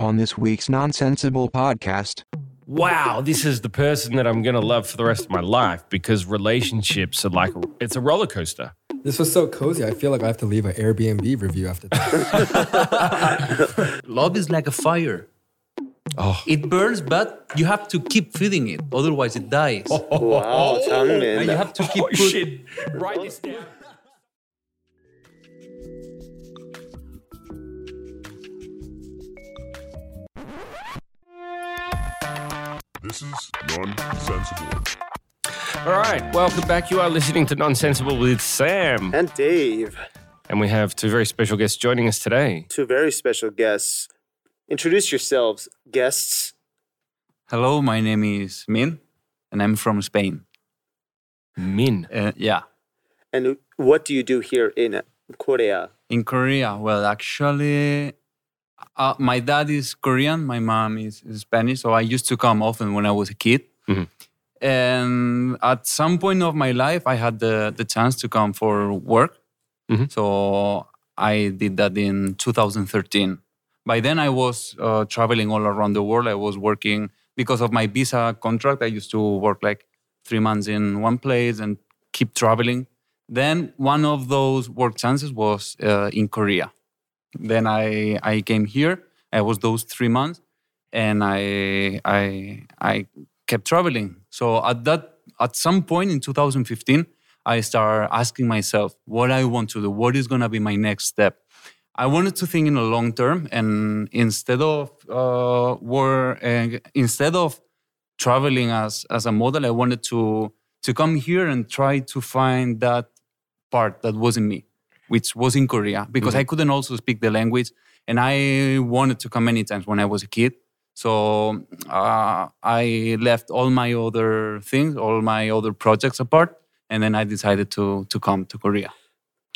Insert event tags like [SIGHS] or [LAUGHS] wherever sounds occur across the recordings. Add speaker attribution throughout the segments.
Speaker 1: On this week's Nonsensible podcast,
Speaker 2: wow, this is the person that I'm going to love for the rest of my life because relationships are like, it's a roller coaster.
Speaker 3: This was so cozy. I feel like I have to leave an Airbnb review after this.
Speaker 4: Love is like a fire.
Speaker 2: Oh.
Speaker 4: It burns, but you have to keep feeding it. Otherwise, it [LAUGHS] dies.
Speaker 5: Wow,
Speaker 4: And you have to keep
Speaker 2: Oh,
Speaker 4: put-
Speaker 2: shit. Write this down.
Speaker 6: This is nonsensible.
Speaker 2: All right, welcome back. You are listening to Nonsensible with Sam.
Speaker 5: And Dave,
Speaker 2: And we have two very special guests joining us today.
Speaker 5: two very special guests. Introduce yourselves, guests.
Speaker 4: Hello, my name is Min, and I'm from Spain.
Speaker 2: Min.
Speaker 4: Uh, yeah,
Speaker 5: And what do you do here in Korea?
Speaker 4: in Korea. Well, actually, uh, my dad is Korean, my mom is is Spanish, so I used to come often when I was a kid.
Speaker 2: Mhm.
Speaker 4: And at some point of my life, I had the, the chance to come for work.
Speaker 2: Mhm.
Speaker 4: So I did that in 2013. By then, I was uh, traveling all around the world. I was working because of my visa contract. I used to work like three months in one place and keep traveling. Then one of those work chances was uh, in Korea. Then I I came here. I was those three months, and I I I kept traveling. So at that at some point in 2015, I started asking myself what I want to do. What is gonna be my next step? I wanted to think in the long term, and instead of uh, were uh, instead of traveling as as a model, I wanted to to come here and try to find that part that wasn't me, which was in Korea, because
Speaker 3: Mm-hmm.
Speaker 4: I couldn't also speak the language, and I wanted to come many times when I was a kid. So uh, I left all my other things, all my other projects apart, and then I decided to to come to Korea.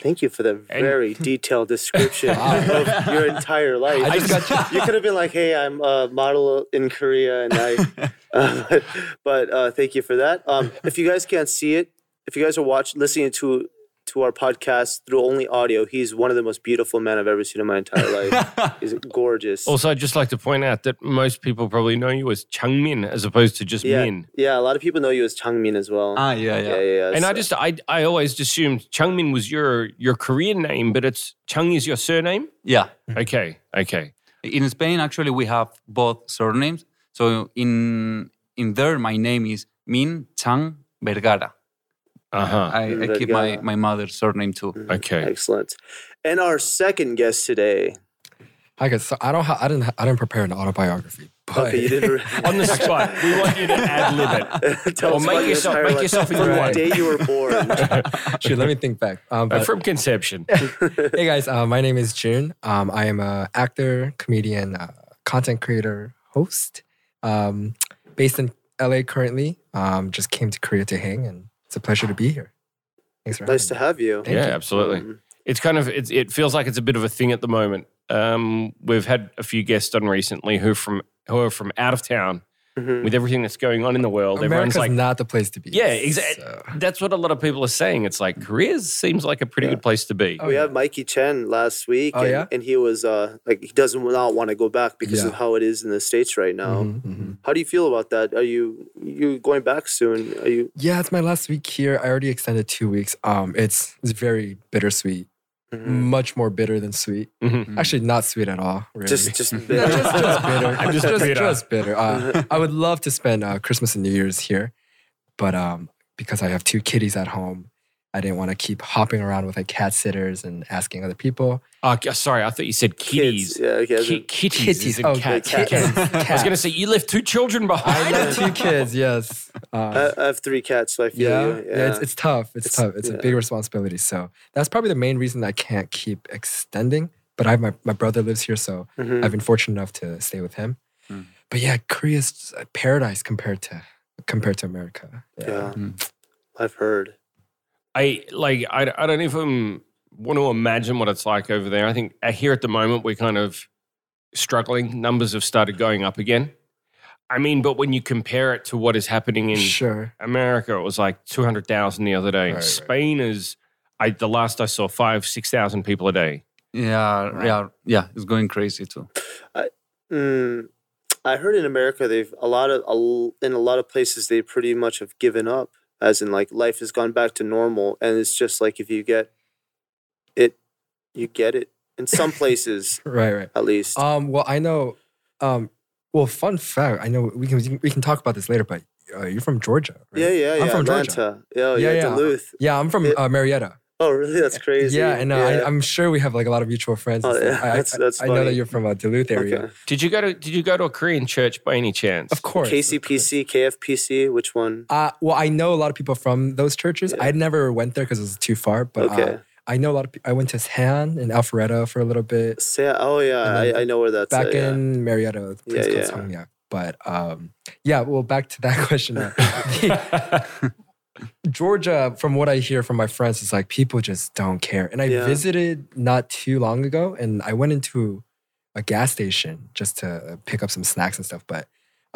Speaker 5: Thank you for that
Speaker 3: [LAUGHS]
Speaker 5: very detailed description of your entire life.
Speaker 3: I just got you.
Speaker 5: you could have been like, "Hey, I'm a model in Korea," and
Speaker 3: [LAUGHS]
Speaker 5: I. uh, but but, uh, thank you for that. Um, if you guys can't see it, if you guys are watching, listening to to our podcast through only audio, he's one of the most beautiful men I've ever seen in my entire
Speaker 3: [LAUGHS]
Speaker 5: life. he's
Speaker 3: Oh,
Speaker 5: gorgeous.
Speaker 2: Also, I'd just like to point out that most people probably know you as Chung Min as opposed to just
Speaker 5: yeah,
Speaker 2: Min.
Speaker 5: yeah. A lot of people know you as Changmin as well.
Speaker 4: Ah, yeah, yeah.
Speaker 5: yeah, yeah. yeah.
Speaker 2: And I
Speaker 5: So-
Speaker 2: just, I, I always assumed Chung Min was your, your Korean name, but it's Chung is your surname?
Speaker 4: [LAUGHS] yeah.
Speaker 2: Okay, okay.
Speaker 4: In Spain, actually, we have both surnames. So in in there, my name is Min Chang Vergara.
Speaker 2: Uh huh.
Speaker 4: I, I keep my,
Speaker 5: Vergara.
Speaker 4: my mother's surname too.
Speaker 2: Okay.
Speaker 5: excellent. And our second guest today.
Speaker 3: I guess so I don't. Ha- I didn't. I didn't prepare an autobiography. But
Speaker 5: Okay, you didn't. re-
Speaker 2: [LAUGHS] On the spot, we want you to ad lib it.
Speaker 5: [LAUGHS] Tell
Speaker 2: Or
Speaker 5: us
Speaker 2: make
Speaker 5: about your
Speaker 2: yourself-
Speaker 5: entire
Speaker 2: make
Speaker 5: life
Speaker 2: yourself a
Speaker 5: from
Speaker 2: new
Speaker 5: the
Speaker 2: one.
Speaker 5: day you were
Speaker 2: [LAUGHS]
Speaker 5: born.
Speaker 3: [LAUGHS] shoot, let me think back. Um,
Speaker 2: Uh,
Speaker 3: but-
Speaker 2: From conception.
Speaker 3: hey guys, uh, my name is June. Um, I am a actor, comedian, uh, content creator, host. Um, based in LA currently. Um, just came to Korea to hang, and it's a pleasure to be here. Thanks for
Speaker 5: nice to
Speaker 3: having
Speaker 5: have you.
Speaker 3: Thank
Speaker 2: yeah,
Speaker 3: you.
Speaker 2: absolutely.
Speaker 5: Um,
Speaker 2: It's kind of it's, it feels like it's a bit of a thing at the moment. Um, we've had a few guests on recently who from who are from out of town
Speaker 5: mhm.
Speaker 2: with everything that's going on in the world.
Speaker 3: me. America's
Speaker 2: Everyone's like,
Speaker 3: not the place to be.
Speaker 2: yeah, exactly.
Speaker 3: so-
Speaker 2: That's what a lot of people are saying. It's like Korea seems like a pretty good place to be.
Speaker 3: Oh,
Speaker 5: we
Speaker 3: yeah.
Speaker 5: had Mikey Chen last week,
Speaker 3: Oh,
Speaker 5: and,
Speaker 3: yeah?
Speaker 5: and he was uh, like, he does not want to go back because of
Speaker 3: Yeah.
Speaker 5: how it is in the states right now.
Speaker 2: Mm-hmm.
Speaker 3: Mhm, mhm.
Speaker 5: How do you feel about that? Are you you going back soon? Are you?
Speaker 3: Yeah, it's my last week here. I already extended two weeks. Um, it's it's very bittersweet,
Speaker 5: Mm.
Speaker 2: Mm,
Speaker 3: much more bitter than sweet.
Speaker 2: Mhm.
Speaker 3: Actually, not sweet at all. Really.
Speaker 5: Just [LAUGHS] just
Speaker 3: [LAUGHS] No,
Speaker 5: bitter.
Speaker 3: just, just bitter.
Speaker 2: I'm [LAUGHS] just
Speaker 3: just, just
Speaker 2: bitter.
Speaker 3: bitter. Uh,
Speaker 5: [LAUGHS]
Speaker 3: I would love to spend uh, Christmas and New Year's here, but um, because I have two kitties at home, I didn't want to keep hopping around with like cat sitters and asking other people.
Speaker 2: Oh, ki- sorry, I thought you said kitties.
Speaker 5: kids. Yeah, okay,
Speaker 2: Ki- kitties, is a
Speaker 3: oh,
Speaker 2: cat.
Speaker 5: cat.
Speaker 3: [LAUGHS] kittens.
Speaker 2: I was
Speaker 3: Cat.
Speaker 2: going to say you left two children
Speaker 3: I
Speaker 2: behind.
Speaker 3: love two kids. Yes. Um,
Speaker 5: I, I have three cats, so I feel
Speaker 3: yeah,
Speaker 5: you.
Speaker 3: yeah. it's, it's tough. It's,
Speaker 5: It's-
Speaker 3: tough. It's
Speaker 5: yeah.
Speaker 3: a big responsibility. So that's probably the main reason I can't keep extending. but I have my, my brother lives here, so
Speaker 5: Mhm.
Speaker 3: I've been fortunate enough to stay with him.
Speaker 4: Mm.
Speaker 3: But yeah, Korea's a paradise compared to compared to America.
Speaker 5: Yeah,
Speaker 3: Hmm.
Speaker 4: Mm.
Speaker 5: I've heard.
Speaker 2: I like I, I don't even want to imagine what it's like over there. I think uh, here at the moment we're kind of struggling. Numbers have started going up again. I mean, but when you compare it to what is happening in
Speaker 3: sure.
Speaker 2: America, it was like two hundred thousand the other day.
Speaker 3: Right, right.
Speaker 2: Spain is, I the last I saw five six thousand people a day.
Speaker 4: Yeah, yeah, yeah. It's going crazy too.
Speaker 5: Mm, I heard in America they've a lot of a l in a lot of places they pretty much have given up, as in like life has gone back to normal, and it's just like if you get it, you get it. In
Speaker 3: [LAUGHS]
Speaker 5: some places,
Speaker 3: Right, right.
Speaker 5: at least.
Speaker 3: Um, well, I know. Um, well, fun fact. I know we can we can talk about this later, but uh, you're from Georgia. Right?
Speaker 5: yeah, yeah, yeah.
Speaker 3: I'm from Georgia.
Speaker 5: Atlanta. Yeah, oh, yeah,
Speaker 3: Yeah, yeah.
Speaker 5: Duluth.
Speaker 3: Yeah, I'm from
Speaker 5: Yeah.
Speaker 3: uh, Marietta.
Speaker 5: Oh, really? That's crazy.
Speaker 3: Yeah, and uh, I, I'm sure we have like a lot of mutual friends. and
Speaker 5: Oh, yeah,
Speaker 3: stuff. I- I,
Speaker 5: that's- that's
Speaker 3: I know that
Speaker 5: funny.
Speaker 3: you're from uh, Duluth area.
Speaker 5: Okay.
Speaker 2: Did you go to Did you go to a Korean church by any chance?
Speaker 3: Of course. of course.
Speaker 5: KCPC, KFPC, which one?
Speaker 3: Uh, well, I know a lot of people from those churches.
Speaker 5: Yeah.
Speaker 3: I never went there because it was too far, but uh,
Speaker 5: Okay.
Speaker 3: I know a lot of people. I went to San in Alpharetta for a little bit.
Speaker 5: Sa- oh yeah,
Speaker 3: And then
Speaker 5: I, I know where that's
Speaker 3: Back
Speaker 5: at, yeah.
Speaker 3: in Marietta, a place
Speaker 5: Yeah,
Speaker 3: called Songyang. But um, yeah, well, back to that [LAUGHS] question. uh,
Speaker 5: [LAUGHS]
Speaker 3: Georgia, from what I hear from my friends, is like people just don't care. And I
Speaker 5: Yeah.
Speaker 3: visited not too long ago and I went into a gas station just to uh, pick up some snacks and stuff. But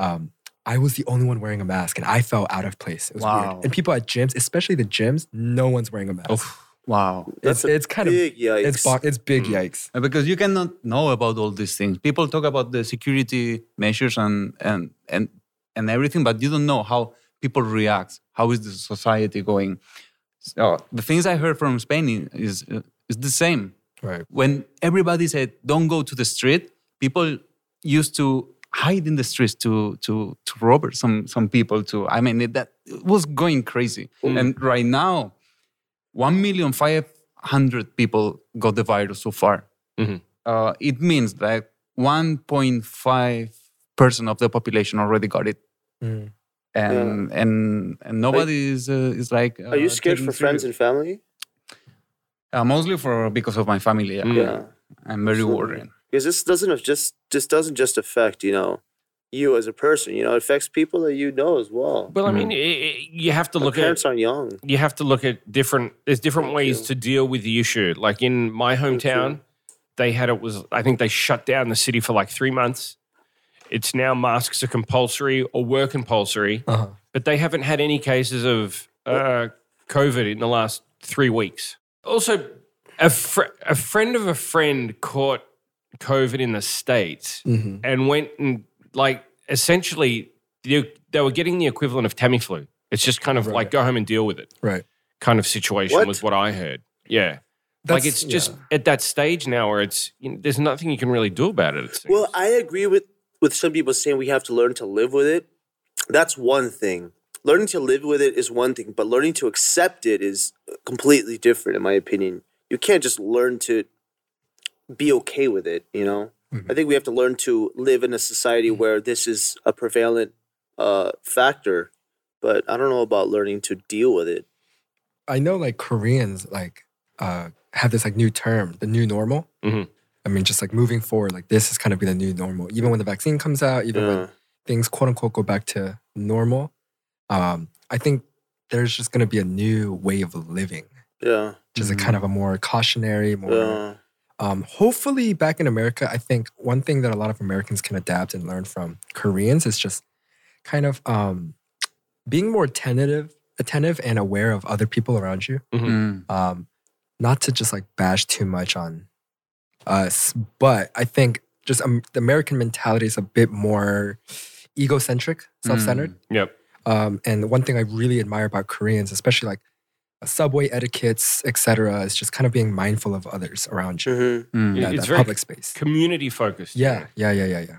Speaker 3: um, I was the only one wearing a mask and I felt out of place. It was
Speaker 4: Wow.
Speaker 3: weird. And people at gyms, especially the gyms, no one's wearing a mask.
Speaker 4: Wow.
Speaker 3: it's,
Speaker 5: That's a
Speaker 3: it's kind
Speaker 5: big
Speaker 3: of,
Speaker 5: yikes. Hmm.
Speaker 3: it's, bo- it's big yikes.
Speaker 4: Uh, Because you cannot know about all these things. People talk about the security measures and and and and everything, but you don't know how people react. How is the society going? So the things I heard from Spain i- is uh, is the same.
Speaker 3: Right.
Speaker 4: When everybody said don't go to the street, people used to hide in the streets to to to rob some some people too. I mean it, that it was going crazy.
Speaker 5: Mm.
Speaker 4: And right now, one million five hundred people got the virus so far.
Speaker 5: Mm-hmm.
Speaker 2: Mhm.
Speaker 4: Uh, it means that 1.5% of the population already got it.
Speaker 3: Mm.
Speaker 4: And, and, and nobody is, uh, is like.
Speaker 5: Are you scared for friends and family?
Speaker 4: Uh, mostly for because of my family. Yeah.
Speaker 3: Hmm.
Speaker 2: Mm.
Speaker 5: Yeah.
Speaker 4: I'm very
Speaker 5: Absolutely.
Speaker 4: worried.
Speaker 5: because this doesn't have just just doesn't just affect you know you as a person you know it affects people that you know as well
Speaker 2: Well, I mean, i i you have to
Speaker 5: Our
Speaker 2: look at
Speaker 5: parents aren't young
Speaker 2: you have to look at different there's different
Speaker 5: Thank
Speaker 2: ways
Speaker 5: you.
Speaker 2: to deal with the issue like in my hometown they had it was i think they shut down the city for like three months it's now masks are compulsory or were compulsory
Speaker 3: Uh-huh.
Speaker 2: but they haven't had any cases of uh, covid in the last three weeks also a, fr- a friend of a friend caught covid in the states
Speaker 3: hmm
Speaker 2: and went and like essentially they, they were getting the equivalent of tamiflu it's just kind of like
Speaker 3: Right.
Speaker 2: go home and deal with it
Speaker 3: Right.
Speaker 2: kind of situation
Speaker 5: What?
Speaker 2: was what I heard. Yeah. like it's just
Speaker 3: yeah.
Speaker 2: at that stage now where it's you know, there's nothing you can really do about it. it seems.
Speaker 5: well i agree with with some people saying we have to learn to live with it that's one thing learning to live with it is one thing but learning to accept it is completely different in my opinion you can't just learn to be okay with it you know i think we have to learn to live in a society where this is a prevalent uh, factor but i don't know about learning to deal with it
Speaker 3: I know like Koreans like uh have this like new term, the new normal.
Speaker 2: Mhm.
Speaker 3: I mean, just like moving forward, like this is kind of be the new normal. Even when the vaccine comes out, even when
Speaker 5: Yeah.
Speaker 3: things quote unquote go back to normal, um, I think there's just gonna be a new way of living.
Speaker 5: yeah
Speaker 3: Just a kind of a more cautionary, more
Speaker 5: yeah
Speaker 3: um, hopefully back in America, I think one thing that a lot of Americans can adapt and learn from Koreans is just kind of um, being more attentive, attentive and aware of other people around you
Speaker 4: Mm.
Speaker 3: um, not to just like bash too much on us, but I think just um, the American mentality is a bit more egocentric, self-centered.
Speaker 2: Yep.
Speaker 3: Um, and one thing I really admire about Koreans, especially like subway etiquettes, etc., is just kind of being mindful of others around you.
Speaker 5: hmm
Speaker 4: Mm.
Speaker 3: Yeah,
Speaker 2: Mm-hmm. It's
Speaker 3: that
Speaker 2: very-
Speaker 3: public space.
Speaker 2: Community focused.
Speaker 3: Yeah, yeah, yeah, yeah, yeah.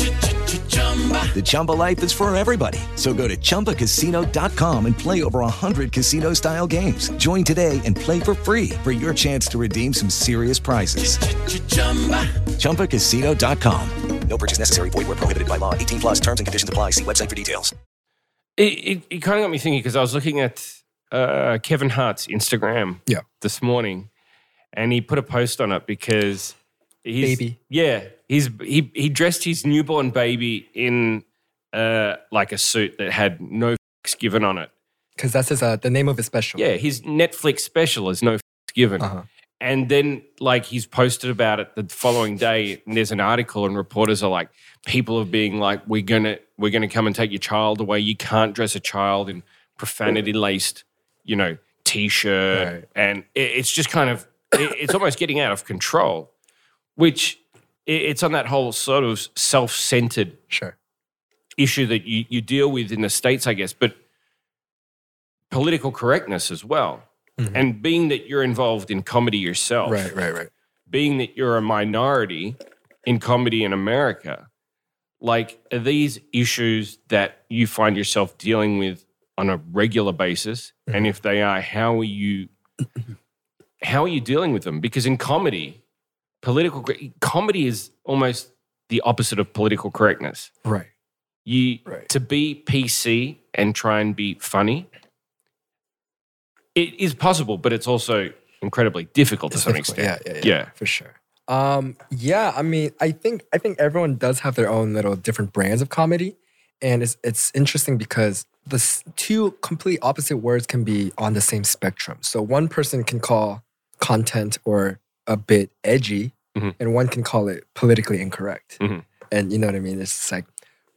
Speaker 7: The Chumba life is for everybody. So go to ChumbaCasino.com and play over 100 casino style games. Join today and play for free for your chance to redeem some serious prizes. ChumbaCasino.com.
Speaker 8: No purchase necessary. Void were prohibited by law. 18 plus terms and conditions apply. See website for details.
Speaker 2: It, it, it kind of got me thinking because I was looking at uh, Kevin Hart's Instagram
Speaker 3: Yeah.
Speaker 2: this morning, and he put a post on it because he's,
Speaker 3: Baby.
Speaker 2: yeah, he's he he dressed his newborn baby in uh, like a suit that had no f- given on it.
Speaker 3: Because that's his, uh, the name of his special.
Speaker 2: Yeah, his Netflix special is no f- given.
Speaker 3: Uh-huh.
Speaker 2: And then, like, he's posted about it the following day, and there's an article, and reporters are like, people are being like, "We're gonna, we're gonna come and take your child away. You can't dress a child in profanity laced, you know, t-shirt."
Speaker 3: Right.
Speaker 2: And it, it's just kind of, it- it's almost getting out of control. Which it, it's on that whole sort of self centered
Speaker 3: Sure.
Speaker 2: issue that you, you deal with in the states, I guess, but political correctness as well.
Speaker 3: Mhm.
Speaker 2: And being that you're involved in comedy yourself,
Speaker 3: Right, right, right.
Speaker 2: being that you're a minority in comedy in America, like are these issues that you find yourself dealing with on a regular basis? And if they are, how are you how are you dealing with them? Because in comedy, political cor- comedy is almost the opposite of political correctness
Speaker 3: Right.
Speaker 2: you
Speaker 3: Right.
Speaker 2: to be PC and try and be funny. It is possible, but it's also incredibly difficult to
Speaker 3: It's
Speaker 2: some
Speaker 3: difficult.
Speaker 2: extent.
Speaker 3: Yeah, yeah, yeah, for sure. Um, yeah, I mean, I think I think everyone does have their own little different brands of comedy, and it's it's interesting because the s- two complete opposite words can be on the same spectrum. So one person can call content or a bit edgy,
Speaker 2: Mhm.
Speaker 3: and one can call it politically incorrect.
Speaker 2: Mhm.
Speaker 3: And you know what I mean? It's just like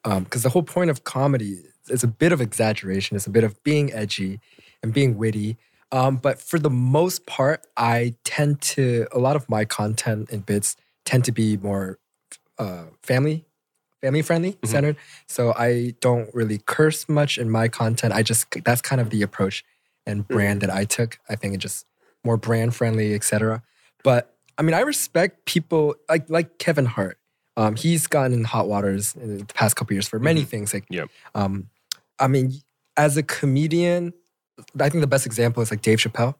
Speaker 3: because the whole point of comedy is a bit of exaggeration. It's a bit of being edgy and being witty. Um, but for the most part, I tend to a lot of my content and bits tend to be more uh, family family friendly centered. So I don't really curse much in my content. I just that's kind of the approach and brand that I took. I think it just more brand friendly, etc. But I mean, I respect people like like Kevin Hart. Um, he's gotten in hot waters in the past couple years for many
Speaker 5: Mm-hmm.
Speaker 3: things. Like,
Speaker 2: Yep.
Speaker 3: um, I mean, as a comedian, I think the best example is like Dave Chappelle.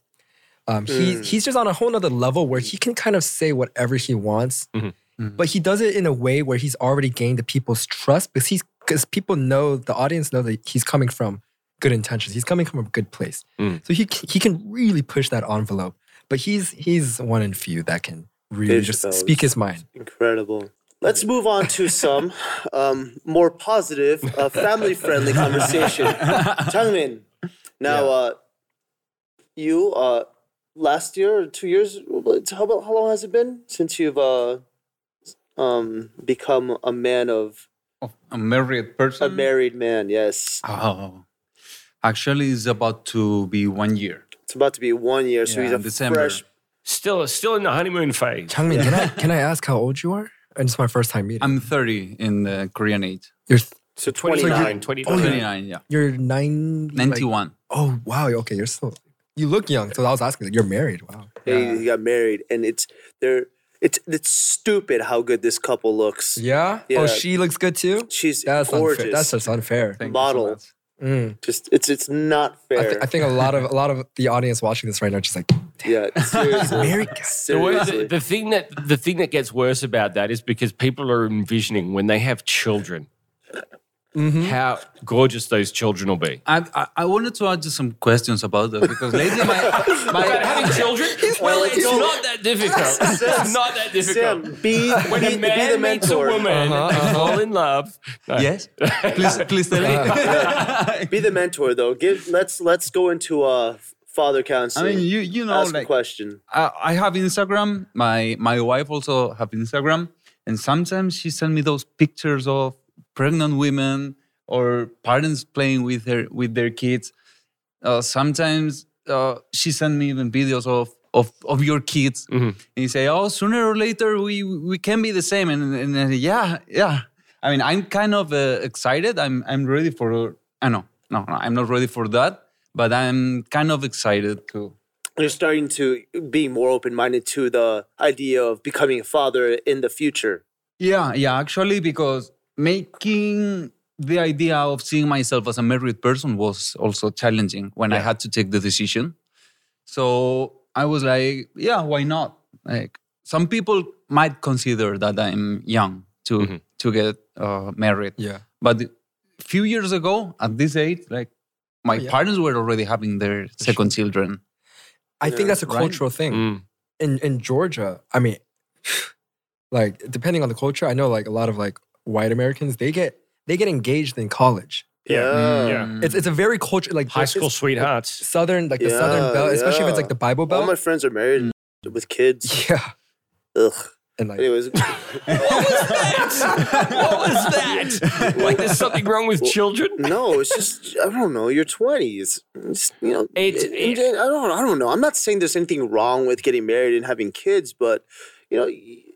Speaker 3: Um, he
Speaker 5: Mm.
Speaker 3: he's just on a whole nother level where he can kind of say whatever he wants,
Speaker 5: Mm-hmm.
Speaker 2: Mhm.
Speaker 4: Mhm.
Speaker 3: but he does it in a way where he's already gained the people's trust because he's because people know the audience know that he's coming from good intentions. He's coming from a good place,
Speaker 2: Mm.
Speaker 3: so he c- he can really push that envelope. But he's he's one in few that can really
Speaker 5: Dave
Speaker 3: just
Speaker 5: Chappelle
Speaker 3: speak
Speaker 5: is-
Speaker 3: his mind.
Speaker 5: Incredible. Let's move on to some um, more positive, uh, family-friendly conversation. Changmin, now uh, you uh, last year, or two years. How about how long has it been since you've uh, um, become a man of
Speaker 4: A married person.
Speaker 5: a married man? Yes,
Speaker 4: Oh, actually, it's about to be one year.
Speaker 5: it's about to be one year, so
Speaker 4: Yeah,
Speaker 5: he's a
Speaker 4: in December.
Speaker 5: fresh.
Speaker 2: Still, still in the honeymoon phase.
Speaker 3: Changmin, can I can I ask how old you are? And it's my first time meeting.
Speaker 4: I'm 30 in the Korean age.
Speaker 3: you're th-
Speaker 2: So
Speaker 3: So
Speaker 2: 29,
Speaker 3: you're-
Speaker 2: 29.
Speaker 4: 29, Oh, yeah.
Speaker 3: you're nine like-
Speaker 4: 91.
Speaker 3: oh wow, okay, you're still you look young. So I was asking, like, you're married? Wow.
Speaker 5: They He got married, and it's they're it's it's stupid how good this couple looks.
Speaker 3: Yeah.
Speaker 5: Yeah.
Speaker 3: Oh, she looks good too.
Speaker 5: She's
Speaker 3: That's
Speaker 5: gorgeous.
Speaker 3: unfair. That's just unfair.
Speaker 4: Thank you so
Speaker 5: Model.
Speaker 4: much.
Speaker 3: Mm.
Speaker 5: just it's it's not
Speaker 3: I,
Speaker 5: fair.
Speaker 3: thi- I think a lot of a lot of the audience watching this right now are just like
Speaker 5: yeah, seriously.
Speaker 3: married guy.
Speaker 2: The, way- the-
Speaker 5: seriously.
Speaker 2: the [LAUGHS] thing that the thing that gets worse about that is because people are envisioning when they have children
Speaker 3: Mhm.
Speaker 2: how gorgeous those children will be.
Speaker 4: I, I, I wanted to ask you some questions about that because lately
Speaker 5: [LAUGHS]
Speaker 4: my,
Speaker 2: About
Speaker 4: my
Speaker 2: having children? well,
Speaker 5: like,
Speaker 2: it's
Speaker 5: no.
Speaker 2: not that difficult. it's not that difficult.
Speaker 5: Sam, be,
Speaker 2: when
Speaker 5: be,
Speaker 2: a man
Speaker 5: be the
Speaker 2: meets a
Speaker 5: mentor.
Speaker 2: woman, they fall in love. No.
Speaker 4: yes, please please tell
Speaker 5: Uh,
Speaker 4: me.
Speaker 5: Be the mentor though. Give let's let's go into uh father
Speaker 4: [LAUGHS] I
Speaker 5: counseling.
Speaker 4: mean, you you know,
Speaker 5: ask a
Speaker 4: like
Speaker 5: question.
Speaker 4: I, Uh, I have Instagram. My my wife also have Instagram, and sometimes she send me those pictures of pregnant women or parents playing with her with their kids. Uh, sometimes uh, she sent me even videos of of, of your kids, and you say, oh, sooner or later we we can be the same, and, and, then, yeah, yeah. I mean, I'm kind of uh, excited. I'm I'm ready for. I know, no, no, I'm not ready for that, but I'm kind of excited too.
Speaker 5: You're starting to be more open minded to the idea of becoming a father in the future.
Speaker 4: Yeah, yeah, actually, because making the idea of seeing myself as a married person was also challenging when I had to take the decision. So I was like, yeah, why not? Like some people might consider that I'm young to to get uh, married.
Speaker 3: Yeah.
Speaker 4: But a few years ago, at this age, like my
Speaker 3: Yeah.
Speaker 4: parents were already having their second children.
Speaker 3: I think that's a
Speaker 4: Right?
Speaker 3: cultural thing.
Speaker 2: Mm.
Speaker 3: In in Georgia, I mean, [SIGHS] like depending on the culture, I know like a lot of like white Americans they get they get engaged in college.
Speaker 2: Yeah. Mm. Yeah.
Speaker 3: It's it's a very culture like
Speaker 2: High school
Speaker 3: it's-
Speaker 2: sweethearts.
Speaker 3: Southern like the Southern Belt, especially if it's like the Bible
Speaker 5: All
Speaker 3: Belt.
Speaker 5: my friends are married with kids.
Speaker 3: [LAUGHS] Yeah.
Speaker 5: Ugh.
Speaker 3: And like,
Speaker 5: Anyways,
Speaker 2: [LAUGHS] what was that? like, there's something wrong with children.
Speaker 5: no, it's just I don't know. Your twenties, you know.
Speaker 2: It-
Speaker 5: in- in gen- I don't. I don't know. I'm not saying there's anything wrong with getting married and having kids, but you know, y-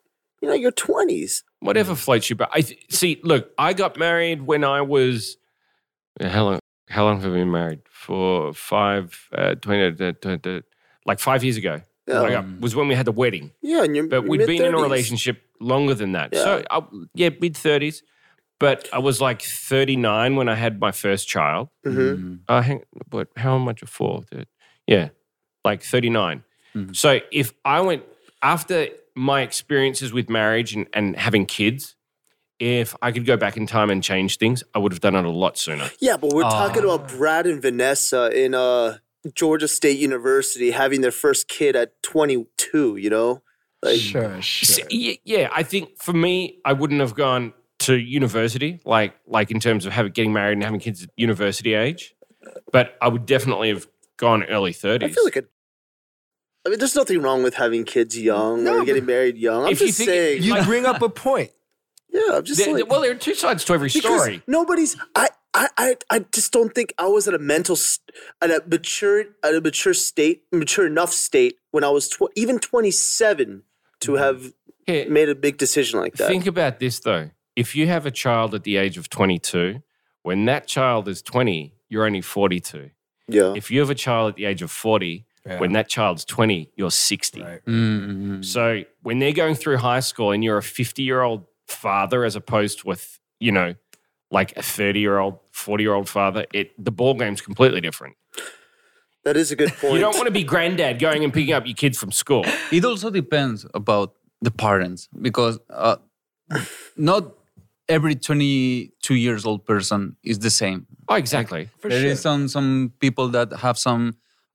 Speaker 5: you know, your twenties.
Speaker 2: Whatever floats you But I th- see. Look, I got married when I was. Yeah, How long? How long have we been married? For five, uh, 20, uh, 20, uh, like five years ago.
Speaker 5: Yeah. Mm,
Speaker 2: Like, uh, was when we had the wedding.
Speaker 5: Yeah, and you're.
Speaker 2: But we'd been in a relationship longer than that. So, I, yeah, mid 30s. But I was like 39 when I had my first child.
Speaker 4: Mm.
Speaker 5: Mm-hmm.
Speaker 2: Uh, hang, but how much of four? Dude? Yeah, like 39.
Speaker 5: Mm-hmm.
Speaker 2: So if I went after my experiences with marriage and, and having kids, if I could go back in time and change things, I would have done it a lot sooner.
Speaker 5: Yeah, but we're talking
Speaker 2: Ah.
Speaker 5: about Brad and Vanessa in uh, Georgia State University having their first kid at 22. You know, like
Speaker 3: [LAUGHS] sure, sure.
Speaker 2: Y- Yeah, I think for me, I wouldn't have gone to university, like like in terms of having getting married and having kids at university age. But I would definitely have gone early 30s.
Speaker 5: I feel like a. I mean, there's nothing wrong with having kids young or getting married young. I'm
Speaker 2: If you
Speaker 5: just
Speaker 2: think-
Speaker 5: saying.
Speaker 3: You bring up
Speaker 2: [LAUGHS]
Speaker 3: a point.
Speaker 5: yeah, I'm just
Speaker 2: There-
Speaker 5: saying.
Speaker 2: well, there are two sides to every
Speaker 5: because
Speaker 2: story.
Speaker 5: Nobody's. I, I. I. I just don't think I was at a mental, s- at a mature, at a mature state, mature enough state when I was tw- even 27 to have
Speaker 2: Yeah.
Speaker 5: made a big decision like that.
Speaker 2: Mm-hmm. Think about this though. If you have a child at the age of 22, when that child is 20, you're only 42.
Speaker 5: yeah.
Speaker 2: If you have a child at the age of 40, when that child's 20, you're 60. So when they're going through high school and you're a 50 year old father as opposed to a, th- you know, like a 30 year old, 40 year old father, it the ball game's completely different.
Speaker 5: That is a good point.
Speaker 2: You don't want to be granddad going and picking up your kids from school.
Speaker 4: It also depends about the parents because uh, not every 22 years old person is the same.
Speaker 2: Oh, exactly.
Speaker 4: There is some some people that have some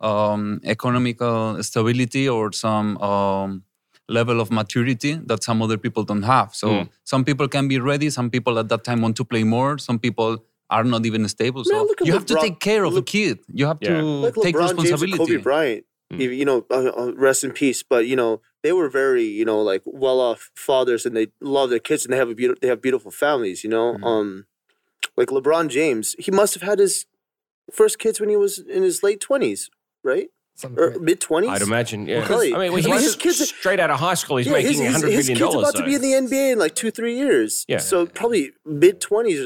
Speaker 4: um, economical stability or some um, level of maturity that some other people don't have. So
Speaker 5: Hmm.
Speaker 2: Mm.
Speaker 4: some people can be ready. Some people at that time want to play more. Some people are not even stable. So
Speaker 5: look at
Speaker 4: you have to
Speaker 5: LeBron-
Speaker 4: take care of a kid. You have to
Speaker 5: like
Speaker 4: take
Speaker 5: LeBron James and
Speaker 4: responsibility.
Speaker 5: Kobe Bryant.
Speaker 2: Hmm.
Speaker 5: You, you know, uh, uh, rest in peace. But you know, they were very, you know, like well-off fathers, and they love their kids, and they have a beautiful, they have beautiful families. You know,
Speaker 2: Mm-hmm.
Speaker 5: um, like LeBron James, he must have had his first kids when he was in his late twenties, right,
Speaker 3: Some-
Speaker 5: or mid
Speaker 2: I'd
Speaker 5: twenties.
Speaker 2: imagine, yeah.
Speaker 5: Really?
Speaker 2: I mean, well,
Speaker 5: His-
Speaker 2: he's
Speaker 5: his kids-
Speaker 2: straight out of high school. He's
Speaker 5: yeah,
Speaker 2: making
Speaker 5: his,
Speaker 2: a
Speaker 5: his,
Speaker 2: hundred
Speaker 5: his
Speaker 2: million
Speaker 5: kid's
Speaker 2: dollars.
Speaker 5: about to be in the NBA in like two, three years.
Speaker 2: Yeah.
Speaker 5: So probably mid twenties,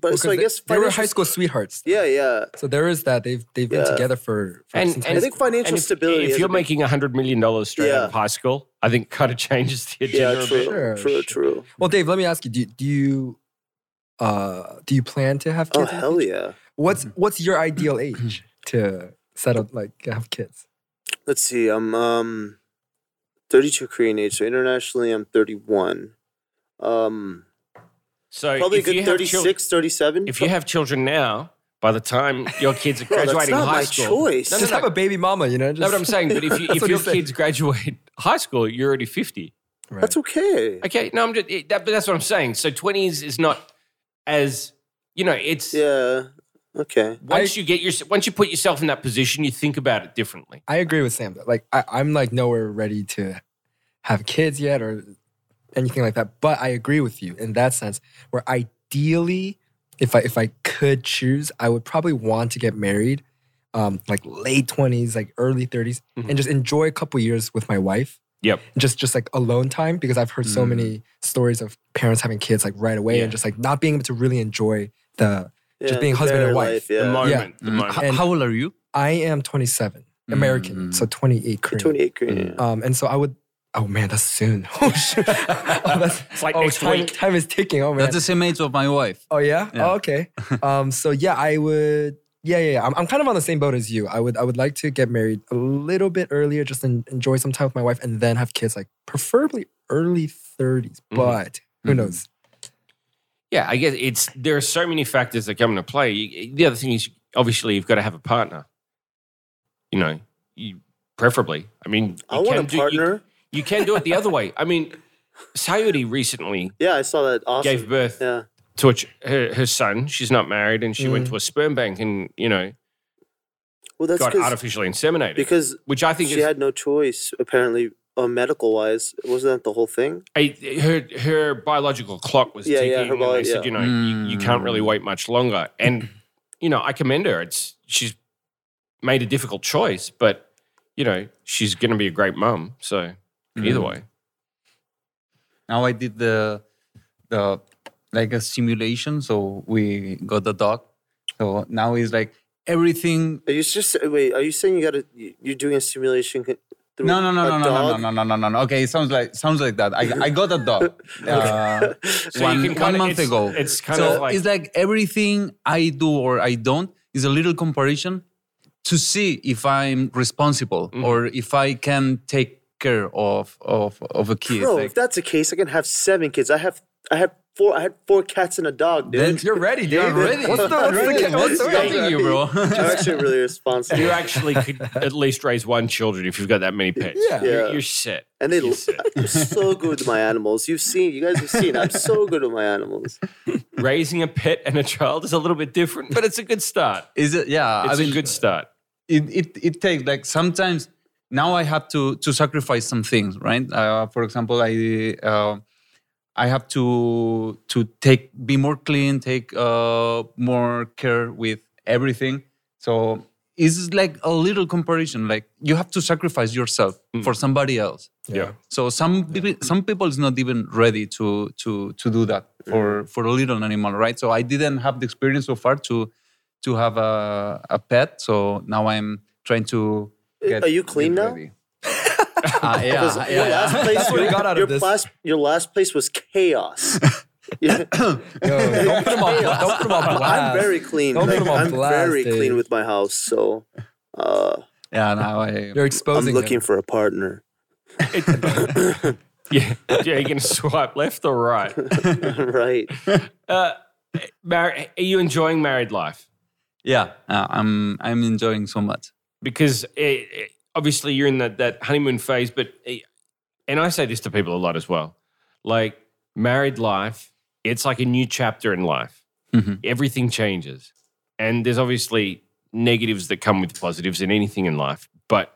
Speaker 5: but so I guess
Speaker 3: they, they were
Speaker 5: financial-
Speaker 3: high school sweethearts.
Speaker 5: Yeah, yeah.
Speaker 3: So there is that they've they've been
Speaker 5: Yeah.
Speaker 3: together for, for
Speaker 2: And-
Speaker 3: since
Speaker 2: and
Speaker 3: high
Speaker 5: I think
Speaker 3: school.
Speaker 5: financial
Speaker 2: And if,
Speaker 5: stability.
Speaker 2: if
Speaker 5: has a
Speaker 2: you're
Speaker 5: big-
Speaker 2: making hundred million dollars straight out
Speaker 5: Yeah.
Speaker 2: of high school, I think kind of [LAUGHS] changes the agenda. a
Speaker 5: yeah,
Speaker 2: bit.
Speaker 5: true,
Speaker 3: Sure,
Speaker 5: true,
Speaker 3: sure.
Speaker 5: true.
Speaker 3: well, Dave, let me ask you: Do, do you uh, do you plan to have
Speaker 5: Oh
Speaker 3: kids? in the
Speaker 5: hell
Speaker 3: future?
Speaker 5: yeah.
Speaker 3: What's what's your
Speaker 2: [CLEARS THROAT]
Speaker 3: ideal age to settle like have kids?
Speaker 5: let's see i'm um 32 korean age so internationally i'm 31 um
Speaker 2: So
Speaker 5: probably a
Speaker 2: if you
Speaker 5: good
Speaker 2: have children,
Speaker 5: 36 37
Speaker 2: if you have children now, by the time your kids are
Speaker 5: [LAUGHS] Bro, that's
Speaker 2: graduating
Speaker 5: not
Speaker 2: high
Speaker 5: my
Speaker 2: school,
Speaker 5: choice.
Speaker 2: No, no,
Speaker 3: just
Speaker 2: no.
Speaker 3: have a baby mama, you know. Just,
Speaker 2: No, but I'm saying, but if you,
Speaker 3: [LAUGHS] That's
Speaker 2: if
Speaker 3: what
Speaker 2: your
Speaker 3: he said.
Speaker 2: kids graduate [LAUGHS] high school, you're already fifty.
Speaker 3: Right.
Speaker 5: that's okay
Speaker 2: Okay, no, I'm just it- that, but that's what I'm saying. So twenties is not as you know. It's
Speaker 5: yeah okay
Speaker 2: once you get your once you put yourself in that position, you think about it differently.
Speaker 3: I agree with Sam. Though. Like I, I'm like nowhere ready to have kids yet or anything like that. But I agree with you in that sense. Where ideally, if I if I could choose, I would probably want to get married um, like late twenties, like early 30s
Speaker 5: Mm-hmm.
Speaker 3: and just enjoy a couple years with my wife.
Speaker 2: Yep.
Speaker 3: Just just like alone time because I've heard so
Speaker 5: Mm.
Speaker 3: many stories of parents having kids like right away
Speaker 2: Yeah.
Speaker 3: and just like not being able to really enjoy the
Speaker 5: Yeah,
Speaker 3: just being husband
Speaker 5: their
Speaker 3: and
Speaker 5: life,
Speaker 3: wife.
Speaker 5: yeah. The
Speaker 2: moment, the moment.
Speaker 4: H- Mm-hmm. how old are you?
Speaker 3: I am 27, American,
Speaker 5: Mm.
Speaker 3: so 28 Korean.
Speaker 5: 28 Korean.
Speaker 4: Mm.
Speaker 5: yeah.
Speaker 3: Um, and so I would. Oh man, that's soon. [LAUGHS] Oh shit. oh, that's,
Speaker 2: It's like
Speaker 3: oh,
Speaker 2: next
Speaker 3: time,
Speaker 2: week.
Speaker 3: Time is ticking. Oh man.
Speaker 4: That's the same age of my wife.
Speaker 3: Oh yeah.
Speaker 4: Yeah.
Speaker 3: Oh,
Speaker 4: [LAUGHS]
Speaker 3: okay. um. So yeah, I would. Yeah, yeah, yeah. I'm, I'm kind of on the same boat as you. I would, I would like to get married a little bit earlier, just en- enjoy some time with my wife, and then have kids, like preferably early 30s. But who
Speaker 4: Mhm.
Speaker 3: knows?
Speaker 2: Yeah, I guess it's there are so many factors that come into play. You- The other thing is obviously you've got to have a partner. You know, you preferably. I mean,
Speaker 5: I
Speaker 2: you
Speaker 5: want a
Speaker 2: do- you-
Speaker 5: partner.
Speaker 2: You, can do it the other way. I mean, Sayuri recently
Speaker 5: Yeah, I saw that. Awesome.
Speaker 2: gave birth
Speaker 5: yeah.
Speaker 2: to a ch- her, her son. She's not married, and she went to a sperm bank and you know
Speaker 5: Well, Mm. that's
Speaker 2: got
Speaker 5: 'cause-
Speaker 2: artificially inseminated.
Speaker 5: because
Speaker 2: which I think
Speaker 5: she
Speaker 2: is
Speaker 5: had no choice apparently, uh, medical wise. Wasn't that the whole thing?
Speaker 2: I, her her biological clock was
Speaker 5: Yeah,
Speaker 2: ticking.
Speaker 5: yeah, her
Speaker 2: and they
Speaker 5: bio-
Speaker 2: said,
Speaker 5: yeah.
Speaker 2: you know, you, you can't really wait much longer. [CLEARS THROAT] And you know, I commend her. It's she's made a difficult choice, but you know, she's going to be a great mum. So either
Speaker 4: Mm.
Speaker 2: way,
Speaker 4: Now I did the the like a simulation, so we got the dog. So now it's like everything
Speaker 5: Are you just wait? Are you saying you got to? You're doing a simulation c- through
Speaker 4: No, no, no,
Speaker 5: a
Speaker 4: no, no, no,
Speaker 5: dog?
Speaker 4: no, no, no, no, no. Okay, it sounds like sounds like that. I, I got a dog uh,
Speaker 2: so
Speaker 4: one,
Speaker 2: you can
Speaker 4: one
Speaker 2: kinda-
Speaker 4: month
Speaker 2: it's-
Speaker 4: ago.
Speaker 2: It's kind
Speaker 4: so
Speaker 2: of like
Speaker 4: it's like everything I do or I don't is a little comparison to see if I'm responsible or if I can take care of of of a kid.
Speaker 5: Bro,
Speaker 4: Like,
Speaker 5: if that's the case, I can have seven kids. I have, I have four. I had four cats and a dog, dude.
Speaker 4: then
Speaker 3: You're ready, dude.
Speaker 4: you're ready.
Speaker 3: What's the, what's the,
Speaker 4: Really?
Speaker 3: what's the, what's
Speaker 4: What's stopping you, bro?
Speaker 5: You're actually really
Speaker 2: you
Speaker 5: responsible.
Speaker 2: actually [LAUGHS] could at least raise one children if you've got that many pets.
Speaker 3: Yeah.
Speaker 2: You're,
Speaker 5: Yeah.
Speaker 2: you're set.
Speaker 5: And they,
Speaker 2: You're
Speaker 5: [LAUGHS]
Speaker 2: set.
Speaker 5: I'm so good with my animals. You've seen, you guys have seen. I'm so good with my
Speaker 3: [LAUGHS]
Speaker 5: animals.
Speaker 2: raising a pet and a child is a little bit different, but it's a good start.
Speaker 4: Is it? Yeah,
Speaker 2: It's
Speaker 4: I
Speaker 2: a
Speaker 4: mean,
Speaker 2: good start.
Speaker 4: it, it, it takes like sometimes now I have to to sacrifice some things, right? Uh, for example, I uh, I have to to take be more clean, take uh, more care with everything. So it's like a little comparison. Like you have to sacrifice yourself
Speaker 5: Mm.
Speaker 4: for somebody else.
Speaker 2: Yeah.
Speaker 4: So some people, some people is not even ready to to to do that for for a little animal, right? So I didn't have the experience so far to to have a a pet. So now I'm trying to. Get,
Speaker 5: Are you clean
Speaker 4: get
Speaker 5: now?
Speaker 4: ready. Ah,
Speaker 5: Because
Speaker 4: yeah,
Speaker 5: your last
Speaker 4: yeah,
Speaker 5: place,
Speaker 3: [LAUGHS] That's what I
Speaker 5: your,
Speaker 3: got out of
Speaker 5: your
Speaker 3: this.
Speaker 5: Last, your last place was
Speaker 3: [LAUGHS]
Speaker 5: chaos.
Speaker 3: Yo, don't put him
Speaker 5: [LAUGHS]
Speaker 3: on, don't put him on blast.
Speaker 5: I'm very clean.
Speaker 3: Don't put
Speaker 5: Like,
Speaker 3: him on
Speaker 5: I'm
Speaker 3: blast,
Speaker 5: very
Speaker 3: dude.
Speaker 5: clean with my house, so uh,
Speaker 4: yeah. Now I.
Speaker 3: You're
Speaker 5: I'm
Speaker 3: exposing
Speaker 5: looking
Speaker 3: him.
Speaker 5: for a
Speaker 3: [LAUGHS]
Speaker 5: partner. [LAUGHS]
Speaker 2: Yeah. Yeah. You're going to swipe left or
Speaker 5: [LAUGHS]
Speaker 2: right.
Speaker 5: right.
Speaker 2: Uh, Mar- are you enjoying married life?
Speaker 4: Yeah, uh, I'm. I'm enjoying so much.
Speaker 2: Because eh, eh, obviously you're in that, that honeymoon phase, but, eh, and I say this to people a lot as well like, married life, it's like a new chapter in life.
Speaker 4: Mhm.
Speaker 2: Everything changes. And there's obviously negatives that come with positives in anything in life, but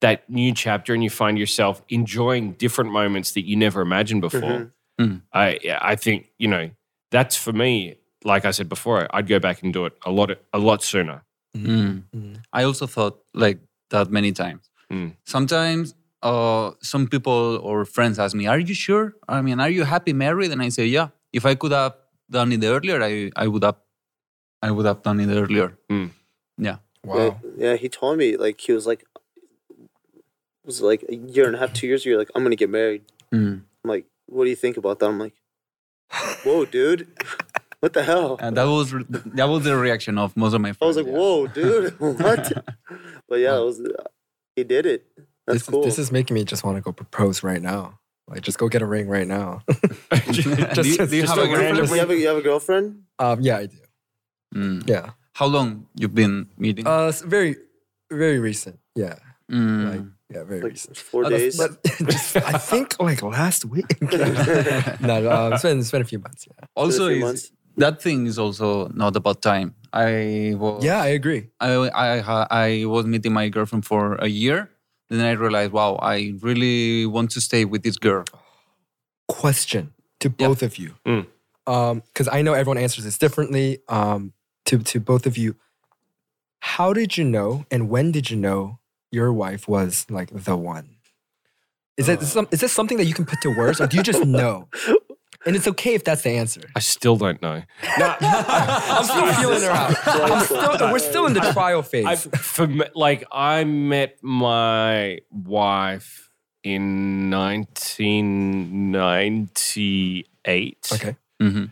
Speaker 2: that new chapter, and you find yourself enjoying different moments that you never imagined before.
Speaker 5: Mhm.
Speaker 4: Mhm.
Speaker 2: I, I think, you know, that's for me, like I said before, I'd go back and do it a lot, a lot sooner.
Speaker 4: Mm.
Speaker 3: Mm.
Speaker 4: I also thought like that many times.
Speaker 2: Mm.
Speaker 4: Sometimes uh, some people or friends ask me, Are you sure? I mean, are you happy married? And I say, Yeah. If I could have done it earlier, I, I would have I would have done it earlier.
Speaker 2: Mm.
Speaker 4: Yeah.
Speaker 3: Wow.
Speaker 5: But, yeah, he told me like he was like was like a year and a half, two years ago. Like I'm gonna get married.
Speaker 4: Mm.
Speaker 5: I'm like, what do you think about that?
Speaker 3: [LAUGHS]
Speaker 5: I'm like, whoa, dude, what the hell?
Speaker 4: And that was re- that was the reaction of most of my
Speaker 5: I
Speaker 4: friends.
Speaker 5: was like,
Speaker 4: yeah.
Speaker 3: [LAUGHS]
Speaker 5: whoa, dude, what? but yeah, it was, he did it. That's
Speaker 3: This, is-
Speaker 5: cool.
Speaker 3: this is making me just want to go propose right now. Like, just go get a ring right now. [LAUGHS]
Speaker 4: [LAUGHS] do you,
Speaker 3: just-
Speaker 4: do you
Speaker 3: just
Speaker 4: have a
Speaker 3: a random-
Speaker 5: you,
Speaker 4: girlfriend?
Speaker 5: have a, you have a girlfriend?
Speaker 3: Um, yeah, I do.
Speaker 4: Mm.
Speaker 3: Yeah.
Speaker 4: How long you've been meeting?
Speaker 3: Uh, it's very, very recent. Yeah.
Speaker 4: Mm.
Speaker 3: Like, yeah, very
Speaker 5: Like
Speaker 3: recent.
Speaker 5: four
Speaker 3: Uh,
Speaker 5: days.
Speaker 3: but- [LAUGHS] just- I think like last [LAUGHS] week. [LAUGHS] no, um, it's been it's been a few months. Yeah,
Speaker 4: also,
Speaker 5: few
Speaker 4: is-
Speaker 5: months.
Speaker 4: that thing is also not about time. I was
Speaker 3: yeah, I agree.
Speaker 4: I, I ha- I was meeting my girlfriend for a year. Then I realized, wow, I really want to stay with this girl.
Speaker 3: Question to
Speaker 4: Yeah.
Speaker 3: both of you,
Speaker 2: Mm.
Speaker 3: because um, I know everyone answers this differently. Um, to to both of you, How did you know and when did you know your wife was like the one? Is that some, is this something that you can put to words or do you just know? And it's okay if that's the answer.
Speaker 2: I still don't know.
Speaker 3: [LAUGHS] I'm still feeling her out. I'm still, we're still in the trial phase.
Speaker 2: I've, [LAUGHS] for me, like I met my wife in 1998.
Speaker 3: Okay.
Speaker 4: Mm-hmm.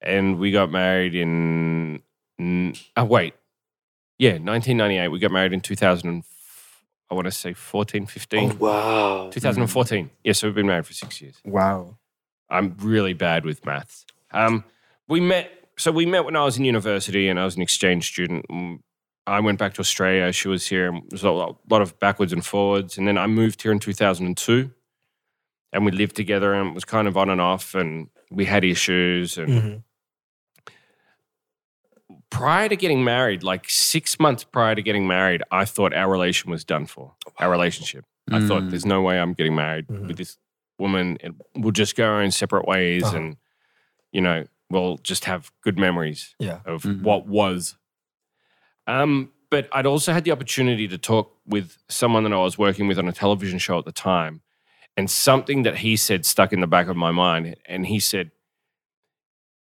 Speaker 2: and we got married in. mm, Oh wait, yeah, 1998. We got married in 2000. and f- I want to say 14, 15.
Speaker 5: Oh, wow.
Speaker 2: 2014. Yeah, so we've been married for six years.
Speaker 3: wow.
Speaker 2: I'm really bad with maths. Um, we met. So we met when I was in university and I was an exchange student. Mm, I went back to Australia. She was here. and It was a lot lot of backwards and forwards. And then I moved here in 2002, and we lived together. And it was kind of on and off. And we had issues. And
Speaker 3: Mhm.
Speaker 2: prior to getting married, like six months prior to getting married, I thought our relation was done for. Our relationship. I thought
Speaker 4: Mm.
Speaker 2: there's no way I'm getting married
Speaker 3: Mhm.
Speaker 2: with this woman. It, we'll just go our own separate ways,
Speaker 3: Uh-huh.
Speaker 2: and you know, we'll just have good memories
Speaker 3: Yeah. Mm-hmm.
Speaker 2: of
Speaker 4: Mhm.
Speaker 2: what was. Um, but I'd also had the opportunity to talk with someone that I was working with on a television show at the time, and something that he said stuck in the back of my mind. And he said,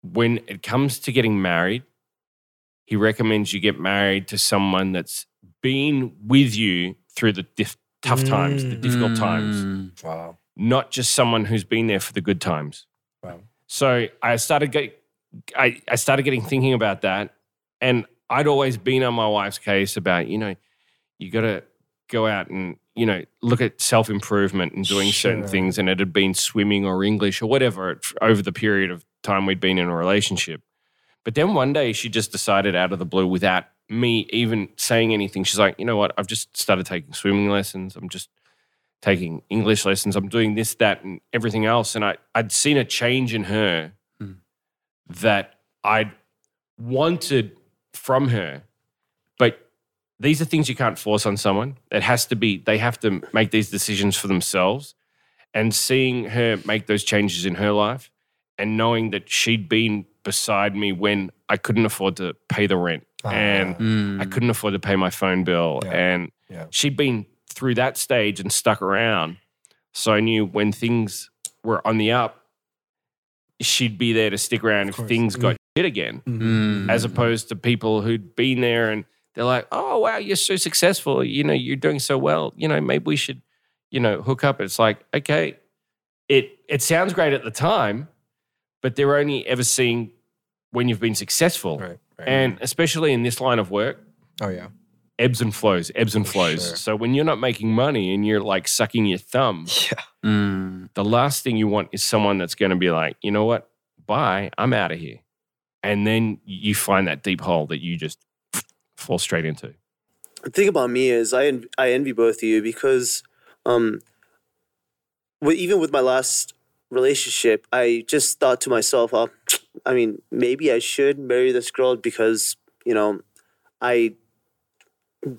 Speaker 2: when it comes to getting married, he recommends you get married to someone that's been with you through the dif- tough times, the
Speaker 3: Mm.
Speaker 2: difficult times,
Speaker 4: Mm.
Speaker 3: Wow.
Speaker 2: not just someone who's been there for the good times.
Speaker 3: Wow.
Speaker 2: So I started get, I, I started getting thinking about that. And I'd always been on my wife's case about, you know, you gotta go out and, you know, look at self improvement and doing certain
Speaker 3: Sure.
Speaker 2: things. And it had been swimming or English or whatever f- over the period of time we'd been in a relationship. But then one day she just decided out of the blue without me even saying anything. She's like, you know what? I've just started taking swimming lessons. I'm just taking English lessons. I'm doing this, that, and everything else. And I, I'd seen a change in her
Speaker 4: Hmm.
Speaker 2: that I'd wanted from her. But these are things you can't force on someone. It has to be, they have to make these decisions for themselves. And seeing her make those changes in her life and knowing that she'd been beside me when I couldn't afford to pay the rent and I
Speaker 4: Mm.
Speaker 2: couldn't afford to pay my phone bill.
Speaker 3: Yeah.
Speaker 2: And
Speaker 3: Yeah.
Speaker 2: she'd been through that stage and stuck around. So I knew when things were on the up, she'd be there to stick around if
Speaker 3: course. Mm-hmm.
Speaker 2: things got shit again,
Speaker 4: Mm.
Speaker 2: as opposed to people who'd been there and they're like, oh, wow, you're so successful. You know, you're doing so well. You know, maybe we should, you know, hook up. It's like, okay, it, it sounds great at the time, but they're only ever seeing when you've been successful.
Speaker 3: Right. right.
Speaker 2: And especially in this line of work,
Speaker 3: oh yeah.
Speaker 2: ebbs and flows, ebbs and
Speaker 3: For
Speaker 2: flows.
Speaker 3: sure.
Speaker 2: So when you're not making money and you're like sucking your
Speaker 3: [LAUGHS]
Speaker 2: thumb,
Speaker 3: Yeah.
Speaker 4: Mm.
Speaker 2: the last thing you want is someone that's going to be like, you know what, bye, I'm out of here. And then you find that deep hole that you just [SNIFFS] fall straight into.
Speaker 5: the thing about me is I en- I envy both of you because um with, even with my last relationship, I just thought to myself, uh, I mean, maybe I should marry this girl because, you know, I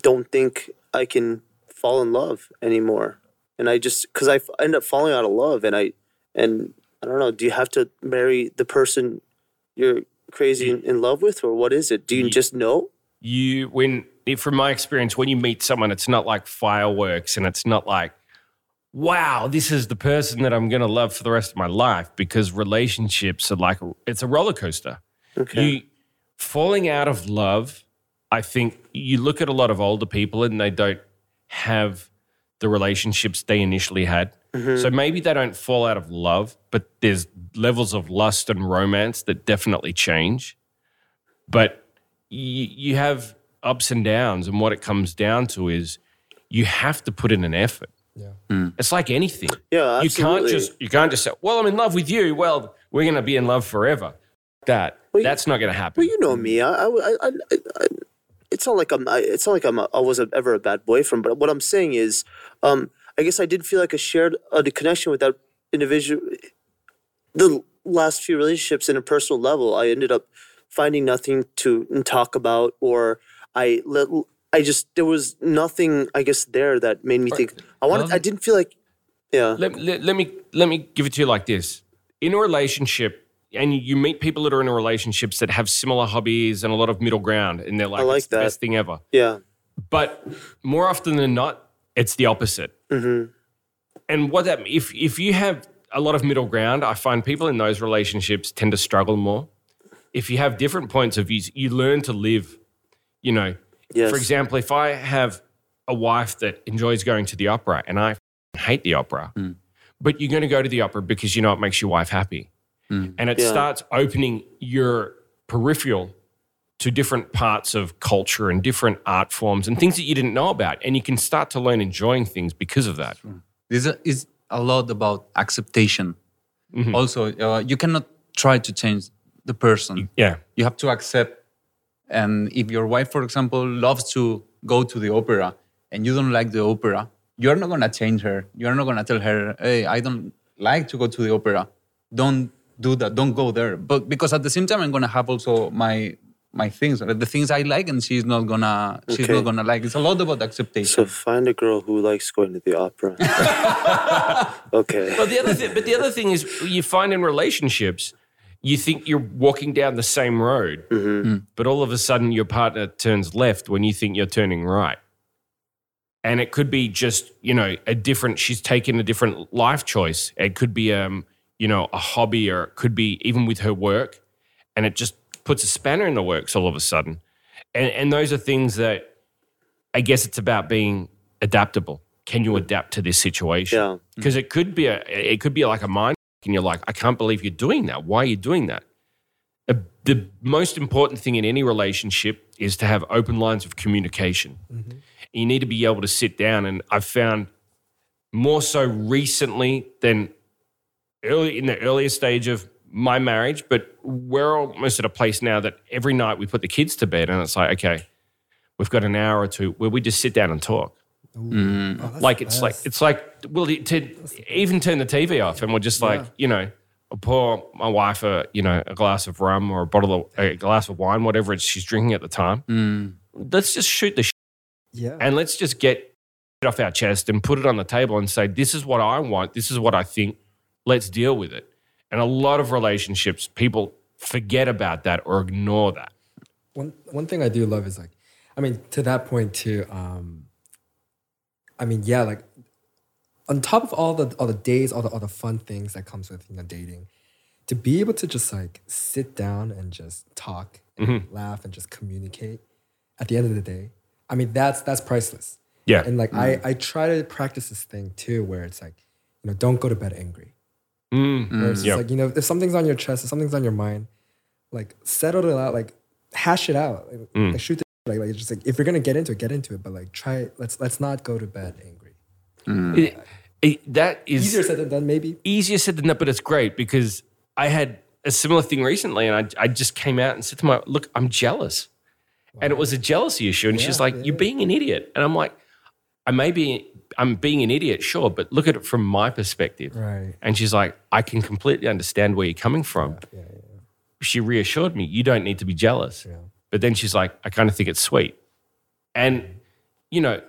Speaker 5: don't think I can fall in love anymore. And I just cuz I f- end up falling out of love and I and I don't know, do you have to marry the person you're crazy in, in love with or what is it? Do you
Speaker 2: Ye-
Speaker 5: just know?
Speaker 2: You, when, if- from my experience, when you meet someone, it's not like fireworks and it's not like, wow, this is the person that I'm going to love for the rest of my life because relationships are like, a- it's a roller coaster.
Speaker 5: Okay.
Speaker 2: You falling out of love, I think you look at a lot of older people and they don't have the relationships they initially had.
Speaker 5: Mm-hmm.
Speaker 2: So maybe they don't fall out of love, but there's levels of lust and romance that definitely change. But you, you have ups and downs, and what it comes down to is you have to put in an effort.
Speaker 3: Yeah.
Speaker 2: It's like anything.
Speaker 5: Hmm. Yeah, absolutely.
Speaker 2: You can't just you can't just say, "Well, I'm in love with you." Well, we're going to be in love forever. That
Speaker 5: Well, you-
Speaker 2: that's not going to happen.
Speaker 5: Well, you know me. I, I, I, I, I it's not like I'm. I, it's not like I'm. A, I was a, ever a bad boyfriend. But what I'm saying is, um, I guess I did feel like a shared uh, the connection with that individual. The last few relationships, in a personal level, I ended up finding nothing to talk about, or I let. I just there was nothing. I guess there that made me think. I wanted. I didn't feel like. Yeah.
Speaker 2: let, let, let me let me give it to you like this in a relationship and you meet people that are in relationships that have similar hobbies and a lot of middle ground, and they're like,
Speaker 5: like
Speaker 2: it's the
Speaker 5: that.
Speaker 2: best thing ever.
Speaker 5: Yeah.
Speaker 2: But more often than not, it's the opposite.
Speaker 5: Mm-hmm.
Speaker 2: And what that if if you have a lot of middle ground, I find people in those relationships tend to struggle more. If you have different points of views, you learn to live. You know,
Speaker 5: Yes.
Speaker 2: for example, if I have a wife that enjoys going to the opera and I f***ing hate the opera,
Speaker 5: Hmm.
Speaker 2: but you're going to go to the opera because you know it makes your wife happy, and it
Speaker 5: Hmm. Yeah.
Speaker 2: starts opening your peripheral to different parts of culture and different art forms and things that you didn't know about, and you can start to learn enjoying things because of that.
Speaker 4: This is a lot about acceptation.
Speaker 2: Mhm.
Speaker 4: Also, uh, you cannot try to change the person.
Speaker 2: Yeah.
Speaker 4: You have to accept. And if your wife, for example, loves to go to the opera and you don't like the opera, you're not going to change her. You're not going to tell her, hey, I don't like to go to the opera. Don't do that. Don't go there. But because at the same time, I'm going to have also my my things, the things I like, and she's not gonna she's
Speaker 5: Okay.
Speaker 4: not gonna like. It's a lot about acceptation.
Speaker 5: So find a girl who likes going to the
Speaker 2: [LAUGHS]
Speaker 5: opera. okay.
Speaker 2: But the other thing, but the other thing is, you find in relationships, you think you're walking down the same road, but all of a sudden your partner turns left when you think you're turning right, and it could be just you know a different. She's taken a different life choice. It could be um you know a hobby, or it could be even with her work, and it just puts a spanner in the works all of a sudden, and and those are things that I guess it's about being adaptable. Can you adapt to this situation?
Speaker 5: Yeah.
Speaker 2: because it could be a it could be like a mind f- and you're like i can't believe you're doing that why are you doing that Uh, the most important thing in any relationship is to have open lines of communication you need to be able to sit down and i've found more so recently than early in the earlier stage of my marriage but we're almost at a place now that every night we put the kids to bed and it's like okay we've got an hour or two where we just sit down and talk
Speaker 3: Oh,
Speaker 2: like it's like it's like well it- to even turn the TV off and we're just like you know I'll pour my wife a you know a glass of rum or a bottle of a glass of wine whatever it's she's drinking at the time let's just shoot the shit
Speaker 3: Yeah.
Speaker 2: and let's just get it off our chest and put it on the table and say this is what I want this is what I think let's deal with it and a lot of relationships people forget about that or ignore that
Speaker 3: one one thing I do love is like, I mean, to that point too. Um, I mean, yeah, like on top of all the all the days, all the all the fun things that comes with you know dating, to be able to just like sit down and just talk and laugh and just communicate. At the end of the day, I mean, that's that's priceless.
Speaker 2: Yeah.
Speaker 3: and like
Speaker 2: Mm.
Speaker 3: I I try to practice this thing too, where it's like, you know, don't go to bed angry.
Speaker 2: mm.
Speaker 3: Where it's just like, you know, if something's on your chest, if something's on your mind, like settle it out, like hash it out. Like,
Speaker 2: Mm.
Speaker 3: like, shoot the like, like it's just like if you're gonna get into it, get into it. But like try it. Let's let's not go to bed angry.
Speaker 2: Mm. It- it- that is
Speaker 3: Easier said than done, maybe.
Speaker 2: easier said than done, but it's great because I had a similar thing recently, and I, I just came out and said to my look, I'm jealous, and it was a jealousy issue, and she's like, "You're being an idiot," and I'm like, "I may be, I'm being an idiot, sure, but look at it from my perspective."
Speaker 3: Right.
Speaker 2: And she's like, "I can completely understand where you're coming from." She reassured me, "You don't need to be jealous," but then she's like, "I kind of think it's sweet," and you know.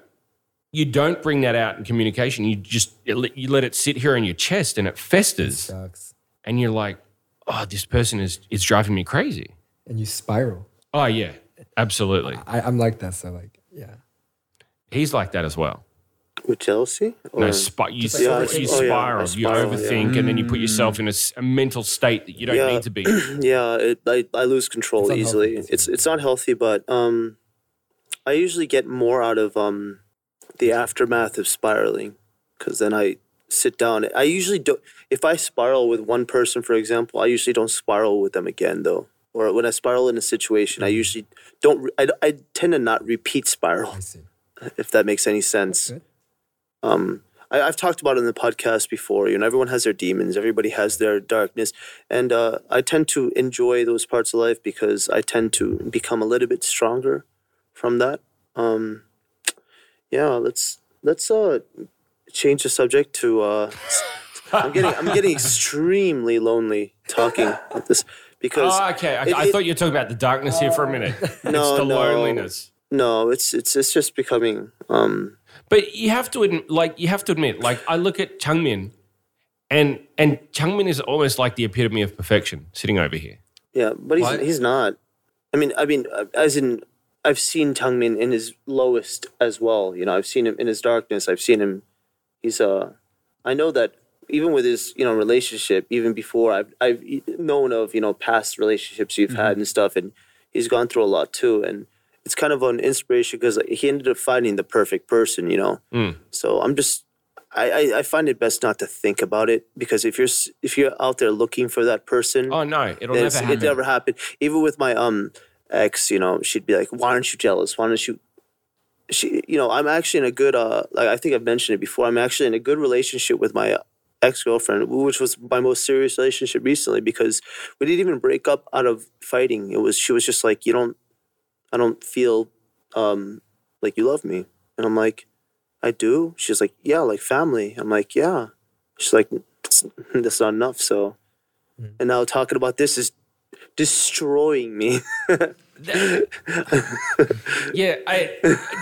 Speaker 2: You don't bring that out in communication. You just you let it sit here in your chest and it festers
Speaker 3: Sucks.
Speaker 2: and you're like, oh, this person is is driving me crazy.
Speaker 3: And you spiral.
Speaker 2: Oh yeah, absolutely.
Speaker 3: I, I'm like that, so like yeah.
Speaker 2: He's like that as well.
Speaker 5: With jealousy?
Speaker 2: No,
Speaker 5: Or-
Speaker 2: spi- you,
Speaker 5: Just like
Speaker 2: you
Speaker 5: overthinking. Mm. Oh, yeah, I
Speaker 2: spiral, you
Speaker 5: spiral,
Speaker 2: overthink,
Speaker 5: yeah.
Speaker 2: and then you put yourself in a, s- a mental state that you don't
Speaker 5: Yeah.
Speaker 2: need to be.
Speaker 5: [CLEARS THROAT] [CLEARS THROAT] yeah, it, I, I lose control
Speaker 3: It's unhealthy,
Speaker 5: easily. It's it's not healthy, but um, I usually get more out of um, the aftermath of spiraling, because then I sit down. I usually don't. If I spiral with one person, for example, I usually don't spiral with them again, though. Or when I spiral in a situation,
Speaker 3: Mm.
Speaker 5: I usually don't. Re- I, I tend to not repeat spiral, [LAUGHS]
Speaker 3: I see.
Speaker 5: if that makes any sense.
Speaker 3: Good.
Speaker 5: Um, I, I've talked about it in the podcast before. You know, everyone has their demons, everybody has their darkness, and uh, I tend to enjoy those parts of life because I tend to become a little bit stronger from that. Um, yeah, let's let's uh, change the subject to. Uh, I'm getting I'm getting extremely lonely talking about this because
Speaker 2: Oh, okay. I,
Speaker 5: it-
Speaker 2: I
Speaker 5: it-
Speaker 2: thought you were talking about the darkness here for a minute.
Speaker 5: No,
Speaker 2: it's the
Speaker 5: no.
Speaker 2: loneliness.
Speaker 5: no, it's it's it's just becoming. Um,
Speaker 2: But you have to admit, like you have to admit, like I look at Changmin, And and Changmin is almost like the epitome of perfection sitting over here.
Speaker 5: Yeah, but he's
Speaker 2: What?
Speaker 5: he's not. I mean, I mean, uh, as in, I've seen Tungmin in his lowest as well. You know, I've seen him in his darkness. I've seen him. He's uh, I know that even with his you know relationship, even before I've I've e- known of you know past relationships you've
Speaker 2: Mm-hmm.
Speaker 5: had and stuff, and he's gone through a lot too. And it's kind of an inspiration because he ended up finding the perfect person. You know,
Speaker 2: Mm.
Speaker 5: so I'm just, I, I, I find it best not to think about it because if you're s- if you're out there looking for that person,
Speaker 2: oh no, it'll never
Speaker 5: It
Speaker 2: happen.
Speaker 5: never happened. Even with my um ex, you know, she'd be like, "Why aren't you jealous? Why don't you?" She, you know, I'm actually in a good. Uh, like I think I've mentioned it before. I'm actually in a good relationship with my ex girlfriend, which was my most serious relationship recently because we didn't even break up out of fighting. It was she was just like, "You don't, I don't feel um like you love me," and I'm like. I do. She's like, yeah, like family. I'm like, yeah. She's like, that's, that's not enough. So, and now talking about this is destroying me.
Speaker 2: [LAUGHS] yeah, I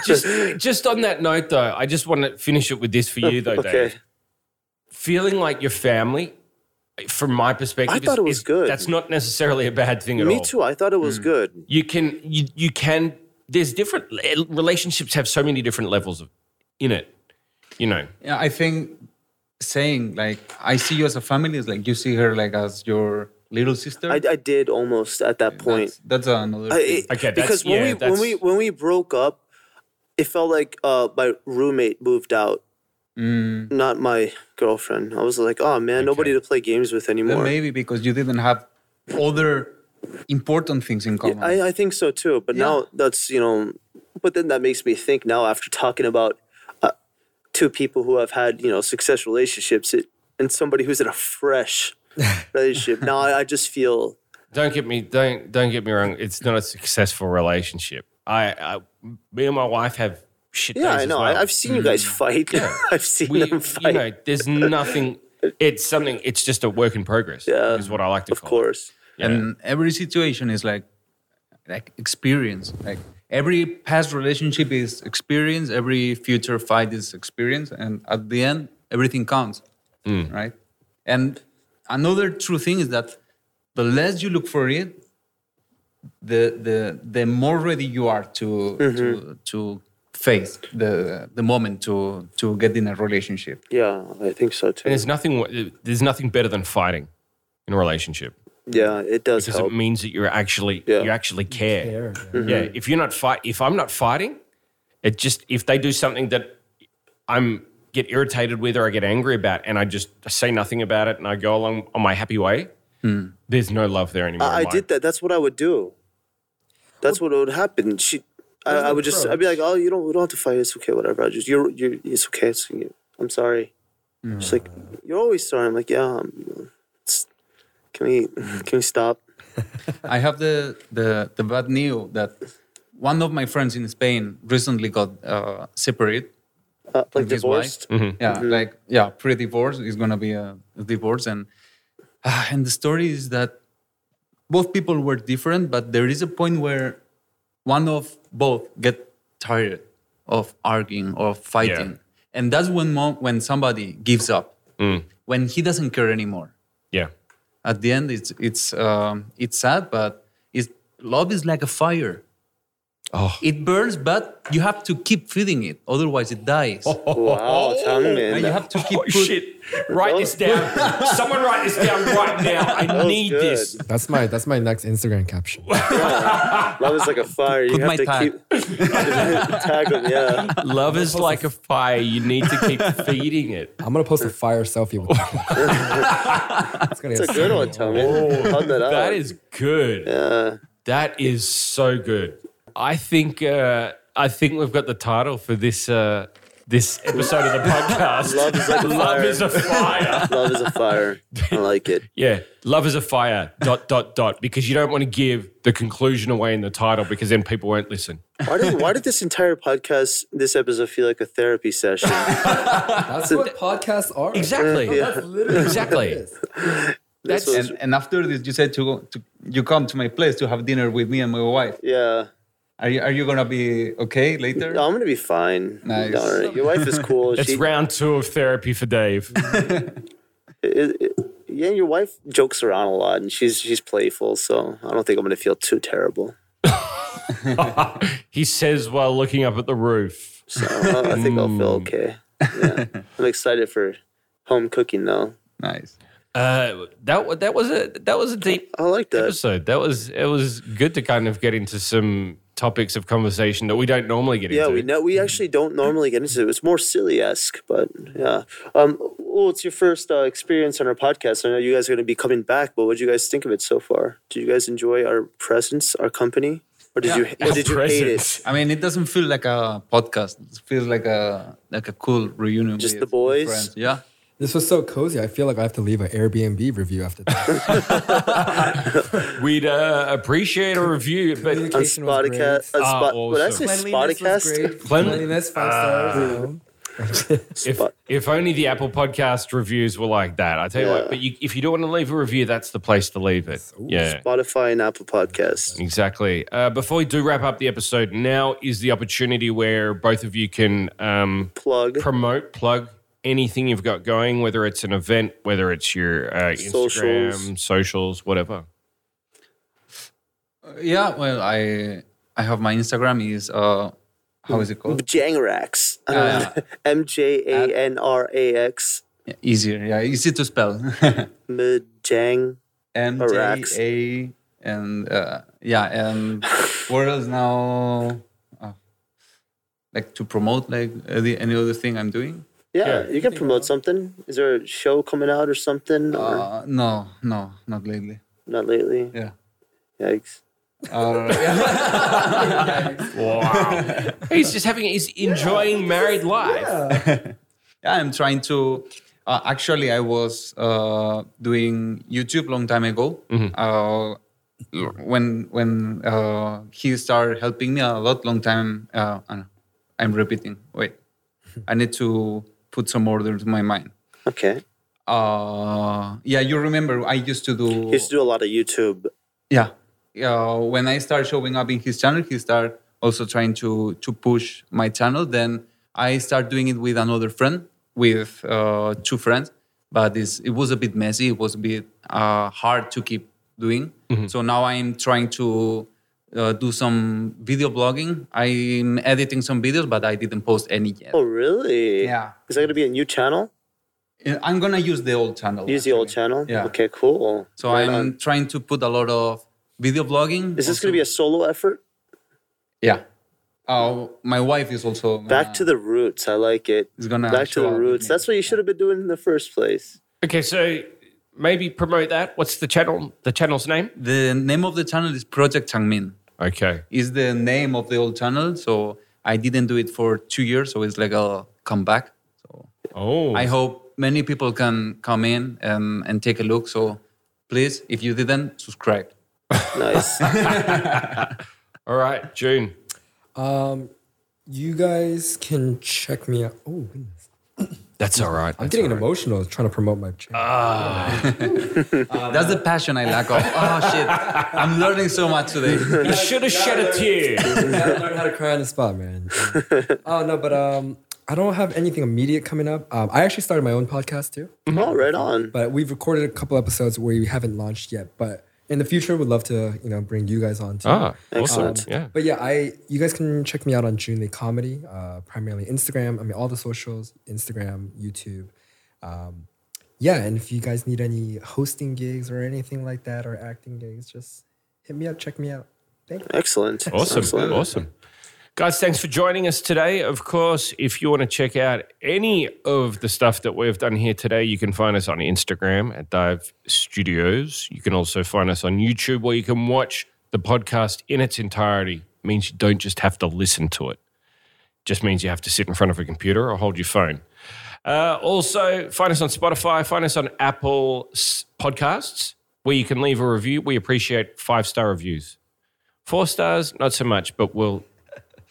Speaker 2: just just on that note though, I just want to finish it with this for you though,
Speaker 5: Okay.
Speaker 2: Dave. Feeling like your family, from my perspective,
Speaker 5: I
Speaker 2: is-
Speaker 5: thought it was
Speaker 2: is-
Speaker 5: good.
Speaker 2: That's not necessarily a bad thing at all.
Speaker 5: me too. I thought it was good.
Speaker 2: You can you you can. There's different relationships have so many different levels of in it. You know,
Speaker 4: Yeah, I think saying like I see you as a family is like you see her like as your little sister.
Speaker 5: I, I did almost at that point.
Speaker 4: that's another.
Speaker 5: I, it- because when we when we when we broke up, it felt like uh, my roommate moved out,
Speaker 4: Mm.
Speaker 5: not my girlfriend. I was like, oh man, nobody to play games with
Speaker 4: Then
Speaker 5: anymore.
Speaker 4: maybe because you didn't have other important things in common.
Speaker 5: Yeah, I, I think so too. But now that's you know, but then that makes me think now after talking about uh, two people who have had you know successful relationships it, and somebody who's in a [LAUGHS] fresh relationship. Now I, I just feel
Speaker 2: don't get me don't don't get me wrong. It's not a successful relationship. I, I me and my wife have shit.
Speaker 5: yeah,
Speaker 2: days
Speaker 5: I
Speaker 2: as
Speaker 5: know.
Speaker 2: well.
Speaker 5: I, I've seen you guys fight. Mm. [LAUGHS] I've seen them fight.
Speaker 2: You know, there's nothing. It's something. It's just a work in progress. Yeah, is what I like to call. Of
Speaker 5: course.
Speaker 2: Yeah.
Speaker 4: And every situation is like like experience. Like every past relationship is experience. Every future fight is experience. And at the end, everything counts,
Speaker 5: Hmm.
Speaker 4: right? And another true thing is that the less you look for it, the the the more ready you are to
Speaker 5: Mm-hmm.
Speaker 4: to to face the the moment to to get in a relationship.
Speaker 5: Yeah, I think so too.
Speaker 2: And there's nothing. wo- There's nothing better than fighting in a relationship.
Speaker 5: Yeah, it does
Speaker 2: because
Speaker 5: help.
Speaker 2: it means that you're actually you actually care.
Speaker 5: yeah. Mhm.
Speaker 2: Yeah, if you're not fight, if I'm not fighting, it just if they do something that I'm get irritated with or I get angry about, and I just say nothing about it and I go along on my happy way. There's no love there anymore.
Speaker 5: Hmm. I, I
Speaker 2: in mine.
Speaker 5: did that. That's what I would do. That's what would happen. She, I,
Speaker 2: There's
Speaker 5: I
Speaker 2: no
Speaker 5: would just, I'd be like, oh, you don't, we don't have to fight. It's okay, whatever. I just, you're, you, it's okay. It's, I'm sorry. She's like, you're always sorry. I'm like, yeah. um, it's- can we, [LAUGHS] can we stop?
Speaker 4: I have the the the bad news that one of my friends in Spain recently got uh, separated.
Speaker 5: Uh,
Speaker 4: from
Speaker 5: like
Speaker 4: his wife.
Speaker 5: divorced?
Speaker 4: Yeah, like yeah, pre-divorce is gonna be a divorce, and ah, and the story is that both people were different, but there is a point where one of both get tired of arguing or fighting, and that's when mo- when somebody gives up,
Speaker 2: Mm.
Speaker 4: when he doesn't care anymore
Speaker 5: [LAUGHS]
Speaker 2: Yeah.
Speaker 4: at the end it's it's um, it's sad but it's love is like a fire
Speaker 2: oh.
Speaker 4: it burns but you have to keep feeding it otherwise it dies
Speaker 5: Wow, Tangmin.
Speaker 4: and you have to keep
Speaker 2: Oh, shit. Write this
Speaker 5: [LAUGHS]
Speaker 2: down. Someone write this down right now. I need this.
Speaker 3: That's my that's my next Instagram caption.
Speaker 5: Love is like a fire. You
Speaker 3: Put
Speaker 5: have
Speaker 3: my
Speaker 5: to
Speaker 3: tag.
Speaker 5: keep tag them. Yeah.
Speaker 2: Love is like a fire. You need to
Speaker 5: [LAUGHS]
Speaker 2: keep feeding it.
Speaker 3: I'm gonna post a fire selfie with that. it's gonna
Speaker 5: It's
Speaker 3: get
Speaker 5: a good one, Tangmin. Hold that up.
Speaker 2: That is good. That is so good. I think uh, I think we've got the title for this uh, this episode
Speaker 5: [LAUGHS]
Speaker 2: of the podcast.
Speaker 5: Love is like
Speaker 2: [LAUGHS]
Speaker 5: a
Speaker 2: Love
Speaker 5: fire.
Speaker 2: is a fire.
Speaker 5: Love is a fire. I like it.
Speaker 2: Yeah, love is a fire. Dot dot dot. Because you don't want to give the conclusion away in the title because then people won't listen.
Speaker 5: Why did why did this entire podcast, this episode, feel like a therapy
Speaker 3: [LAUGHS]
Speaker 5: session?
Speaker 3: That's what podcasts are.
Speaker 2: Exactly.
Speaker 3: No, that's literally what
Speaker 2: Exactly.
Speaker 3: it is.
Speaker 5: This was-
Speaker 4: and, and after this you said to, go- to you come to my place to have dinner with me and my wife
Speaker 5: yeah.
Speaker 4: are you, are you gonna be okay later
Speaker 5: No, I'm gonna be fine.
Speaker 4: Nice.
Speaker 5: All right. Your wife is cool.
Speaker 2: It's
Speaker 5: she,
Speaker 2: round two of therapy for Dave.
Speaker 5: it, it- yeah, your wife jokes around a lot, and she's she's playful, so I don't think I'm gonna feel too terrible.
Speaker 2: he says while looking up at the roof.
Speaker 5: So I think I'll feel okay. Yeah. I'm excited for home cooking though.
Speaker 4: Nice.
Speaker 2: Uh, that wa- that was a that was a deep
Speaker 5: I like that.
Speaker 2: episode. That was it was good to kind of get into some topics of conversation that we don't normally get
Speaker 5: yeah,
Speaker 2: into.
Speaker 5: we know we actually don't normally get into it. It's more silly esque, but yeah. Um, well, it's your first uh, experience on our podcast. I know you guys are going to be coming back, but what do you guys think of it so far? Did you guys enjoy our presence, our company, or did you or did you hate it?
Speaker 4: I mean, it doesn't feel like a podcast. It feels like a like a cool reunion.
Speaker 5: Just the
Speaker 4: with
Speaker 5: boys?
Speaker 4: friends. Yeah.
Speaker 3: This was so cozy. I feel like I have to leave an Airbnb review after that.
Speaker 2: We'd uh, appreciate a review, but
Speaker 5: On
Speaker 3: Communication was great.
Speaker 5: Spotica, on
Speaker 2: Ah,
Speaker 5: spot, would I say
Speaker 2: awesome.
Speaker 3: Cleanliness was
Speaker 5: Spotacast?
Speaker 2: [LAUGHS]
Speaker 3: great.
Speaker 2: Clean- Ah.
Speaker 3: Cleanliness, five stars. you know.
Speaker 2: if if only the Apple Podcast reviews were like that. I tell you
Speaker 5: Yeah.
Speaker 2: what, but you, if you don't want to leave a review, that's the place to leave it. Yeah.
Speaker 5: Spotify and Apple Podcasts.
Speaker 2: Exactly. Uh, before we do wrap up the episode, now is the opportunity where both of you can um,
Speaker 5: Plug.
Speaker 2: promote, plug anything you've got going, whether it's an event, whether it's your uh, Instagram,
Speaker 5: Socials.
Speaker 2: socials, whatever.
Speaker 4: Yeah. Well, I I have my Instagram is uh how is it called?
Speaker 5: Jangrax.
Speaker 4: Yeah,
Speaker 5: [LAUGHS] M J A N R A X.
Speaker 4: yeah. Easier. Yeah. Easy to spell. [LAUGHS]
Speaker 5: Mjang.
Speaker 4: M J
Speaker 5: Arax.
Speaker 4: A and uh, yeah and what else now? Uh, like to promote like uh, the, any other thing I'm doing?
Speaker 5: Yeah,
Speaker 2: Yeah.
Speaker 5: you can promote something. Is there a show coming out or something? Or
Speaker 4: Uh, no, no, not lately.
Speaker 5: not lately.
Speaker 4: Yeah.
Speaker 5: Yikes.
Speaker 4: Uh, yeah.
Speaker 2: Wow. he's just having, he's enjoying married life.
Speaker 4: Yeah, I'm trying to. Uh, actually, I was uh, doing YouTube long time ago. Uh, l- when when uh, he started helping me a lot, long time. Uh, I don't know. I'm repeating. Wait, I need to put some order to my mind.
Speaker 5: Okay.
Speaker 4: Uh, yeah, you remember I used to do.
Speaker 5: He used to do a lot of YouTube.
Speaker 4: Yeah. Uh, when I started showing up in his channel, he started also trying to to push my channel. Then I started doing it with another friend, with uh, two friends. But it's, it was a bit messy. It was a bit uh, hard to keep doing.
Speaker 5: Mm-hmm.
Speaker 4: So now I'm trying to uh, do some video blogging. I'm editing some videos, but I didn't post any yet.
Speaker 5: Oh, really?
Speaker 4: Yeah.
Speaker 5: Is that going to be a new channel?
Speaker 4: I'm gonna use the old channel.
Speaker 5: Use the old channel?
Speaker 4: Yeah.
Speaker 5: Okay, cool.
Speaker 4: So
Speaker 5: Right
Speaker 4: I'm
Speaker 5: on.
Speaker 4: trying to put a lot of video blogging.
Speaker 5: Is this going to be a solo effort?
Speaker 4: Yeah. Uh, my wife is also
Speaker 5: Back to the roots. I like it.
Speaker 4: Is gonna
Speaker 5: Back to
Speaker 4: show
Speaker 5: the
Speaker 4: up with
Speaker 5: roots.
Speaker 4: me.
Speaker 5: That's what you should have been doing in the first place.
Speaker 2: Okay, so maybe promote that. What's the channel? The channel's name?
Speaker 4: the name of the channel is Project Changmin.
Speaker 2: Okay.
Speaker 4: Is the name of the old channel. So I didn't do it for two years. So it's like a comeback. So
Speaker 2: Oh,
Speaker 4: I hope many people can come in and, and take a look. So please, if you didn't, subscribe. [LAUGHS]
Speaker 5: Nice.
Speaker 2: all right, June.
Speaker 3: Um, you guys can check me out. Oh, goodness.
Speaker 2: That's all right.
Speaker 3: I'm getting emotional trying to promote my channel.
Speaker 2: Ah.
Speaker 4: That's the passion I lack of. Oh shit! I'm learning so much
Speaker 5: [LAUGHS]
Speaker 4: today.
Speaker 2: You should have shed a tear.
Speaker 3: gotta learn how to cry on the spot, man. oh no, but um, I don't have anything immediate coming up. Um, I actually started my own podcast too,
Speaker 5: oh, right on.
Speaker 3: but we've recorded a couple episodes where we haven't launched yet. But in the future, we'd love to you know bring you guys on too.
Speaker 2: Ah,
Speaker 5: Excellent.
Speaker 2: awesome. Yeah.
Speaker 3: But yeah, I you guys can check me out on June Lee Comedy, uh, primarily Instagram. I mean, all the socials, Instagram, YouTube. Um, yeah, and if you guys need any hosting gigs or anything like that or acting gigs, just hit me up. Check me out. Thank you.
Speaker 5: Excellent.
Speaker 2: Awesome.
Speaker 5: Excellent.
Speaker 2: Awesome. Guys, thanks for joining us today. Of course, if you want to check out any of the stuff that we've done here today, you can find us on Instagram at Dive Studios. You can also find us on YouTube where you can watch the podcast in its entirety. It means you don't just have to listen to it. Just means you have to sit in front of a computer or hold your phone. Uh, also, find us on Spotify, find us on Apple s- Podcasts, where you can leave a review. We appreciate five star reviews. Four stars, not so much, but we'll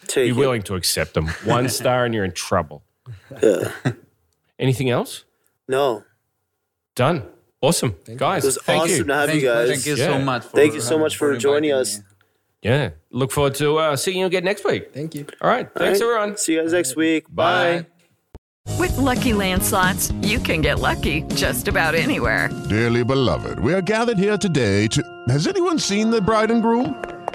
Speaker 5: Take
Speaker 2: be
Speaker 5: it.
Speaker 2: willing to accept them.
Speaker 5: [LAUGHS]
Speaker 2: One star and you're in trouble.
Speaker 5: Yeah.
Speaker 2: [LAUGHS] Anything else?
Speaker 5: No,
Speaker 2: Done. Awesome. Guys,
Speaker 5: it was
Speaker 2: thank
Speaker 5: awesome
Speaker 2: you.
Speaker 5: to have
Speaker 4: Thank
Speaker 5: you guys.
Speaker 4: Thank you so
Speaker 2: Yeah.
Speaker 4: much. For,
Speaker 5: Thank you so much for joining
Speaker 4: inviting
Speaker 5: us.
Speaker 4: me.
Speaker 2: Yeah. Look forward to uh, seeing you again next week.
Speaker 3: Thank you.
Speaker 2: All right. Thanks,
Speaker 5: All right.
Speaker 2: everyone.
Speaker 5: See you guys next week.
Speaker 2: Bye.
Speaker 9: With Lucky Land slots, you can get lucky just about anywhere.
Speaker 7: Dearly beloved, we are gathered here today to. Has anyone seen the bride and groom?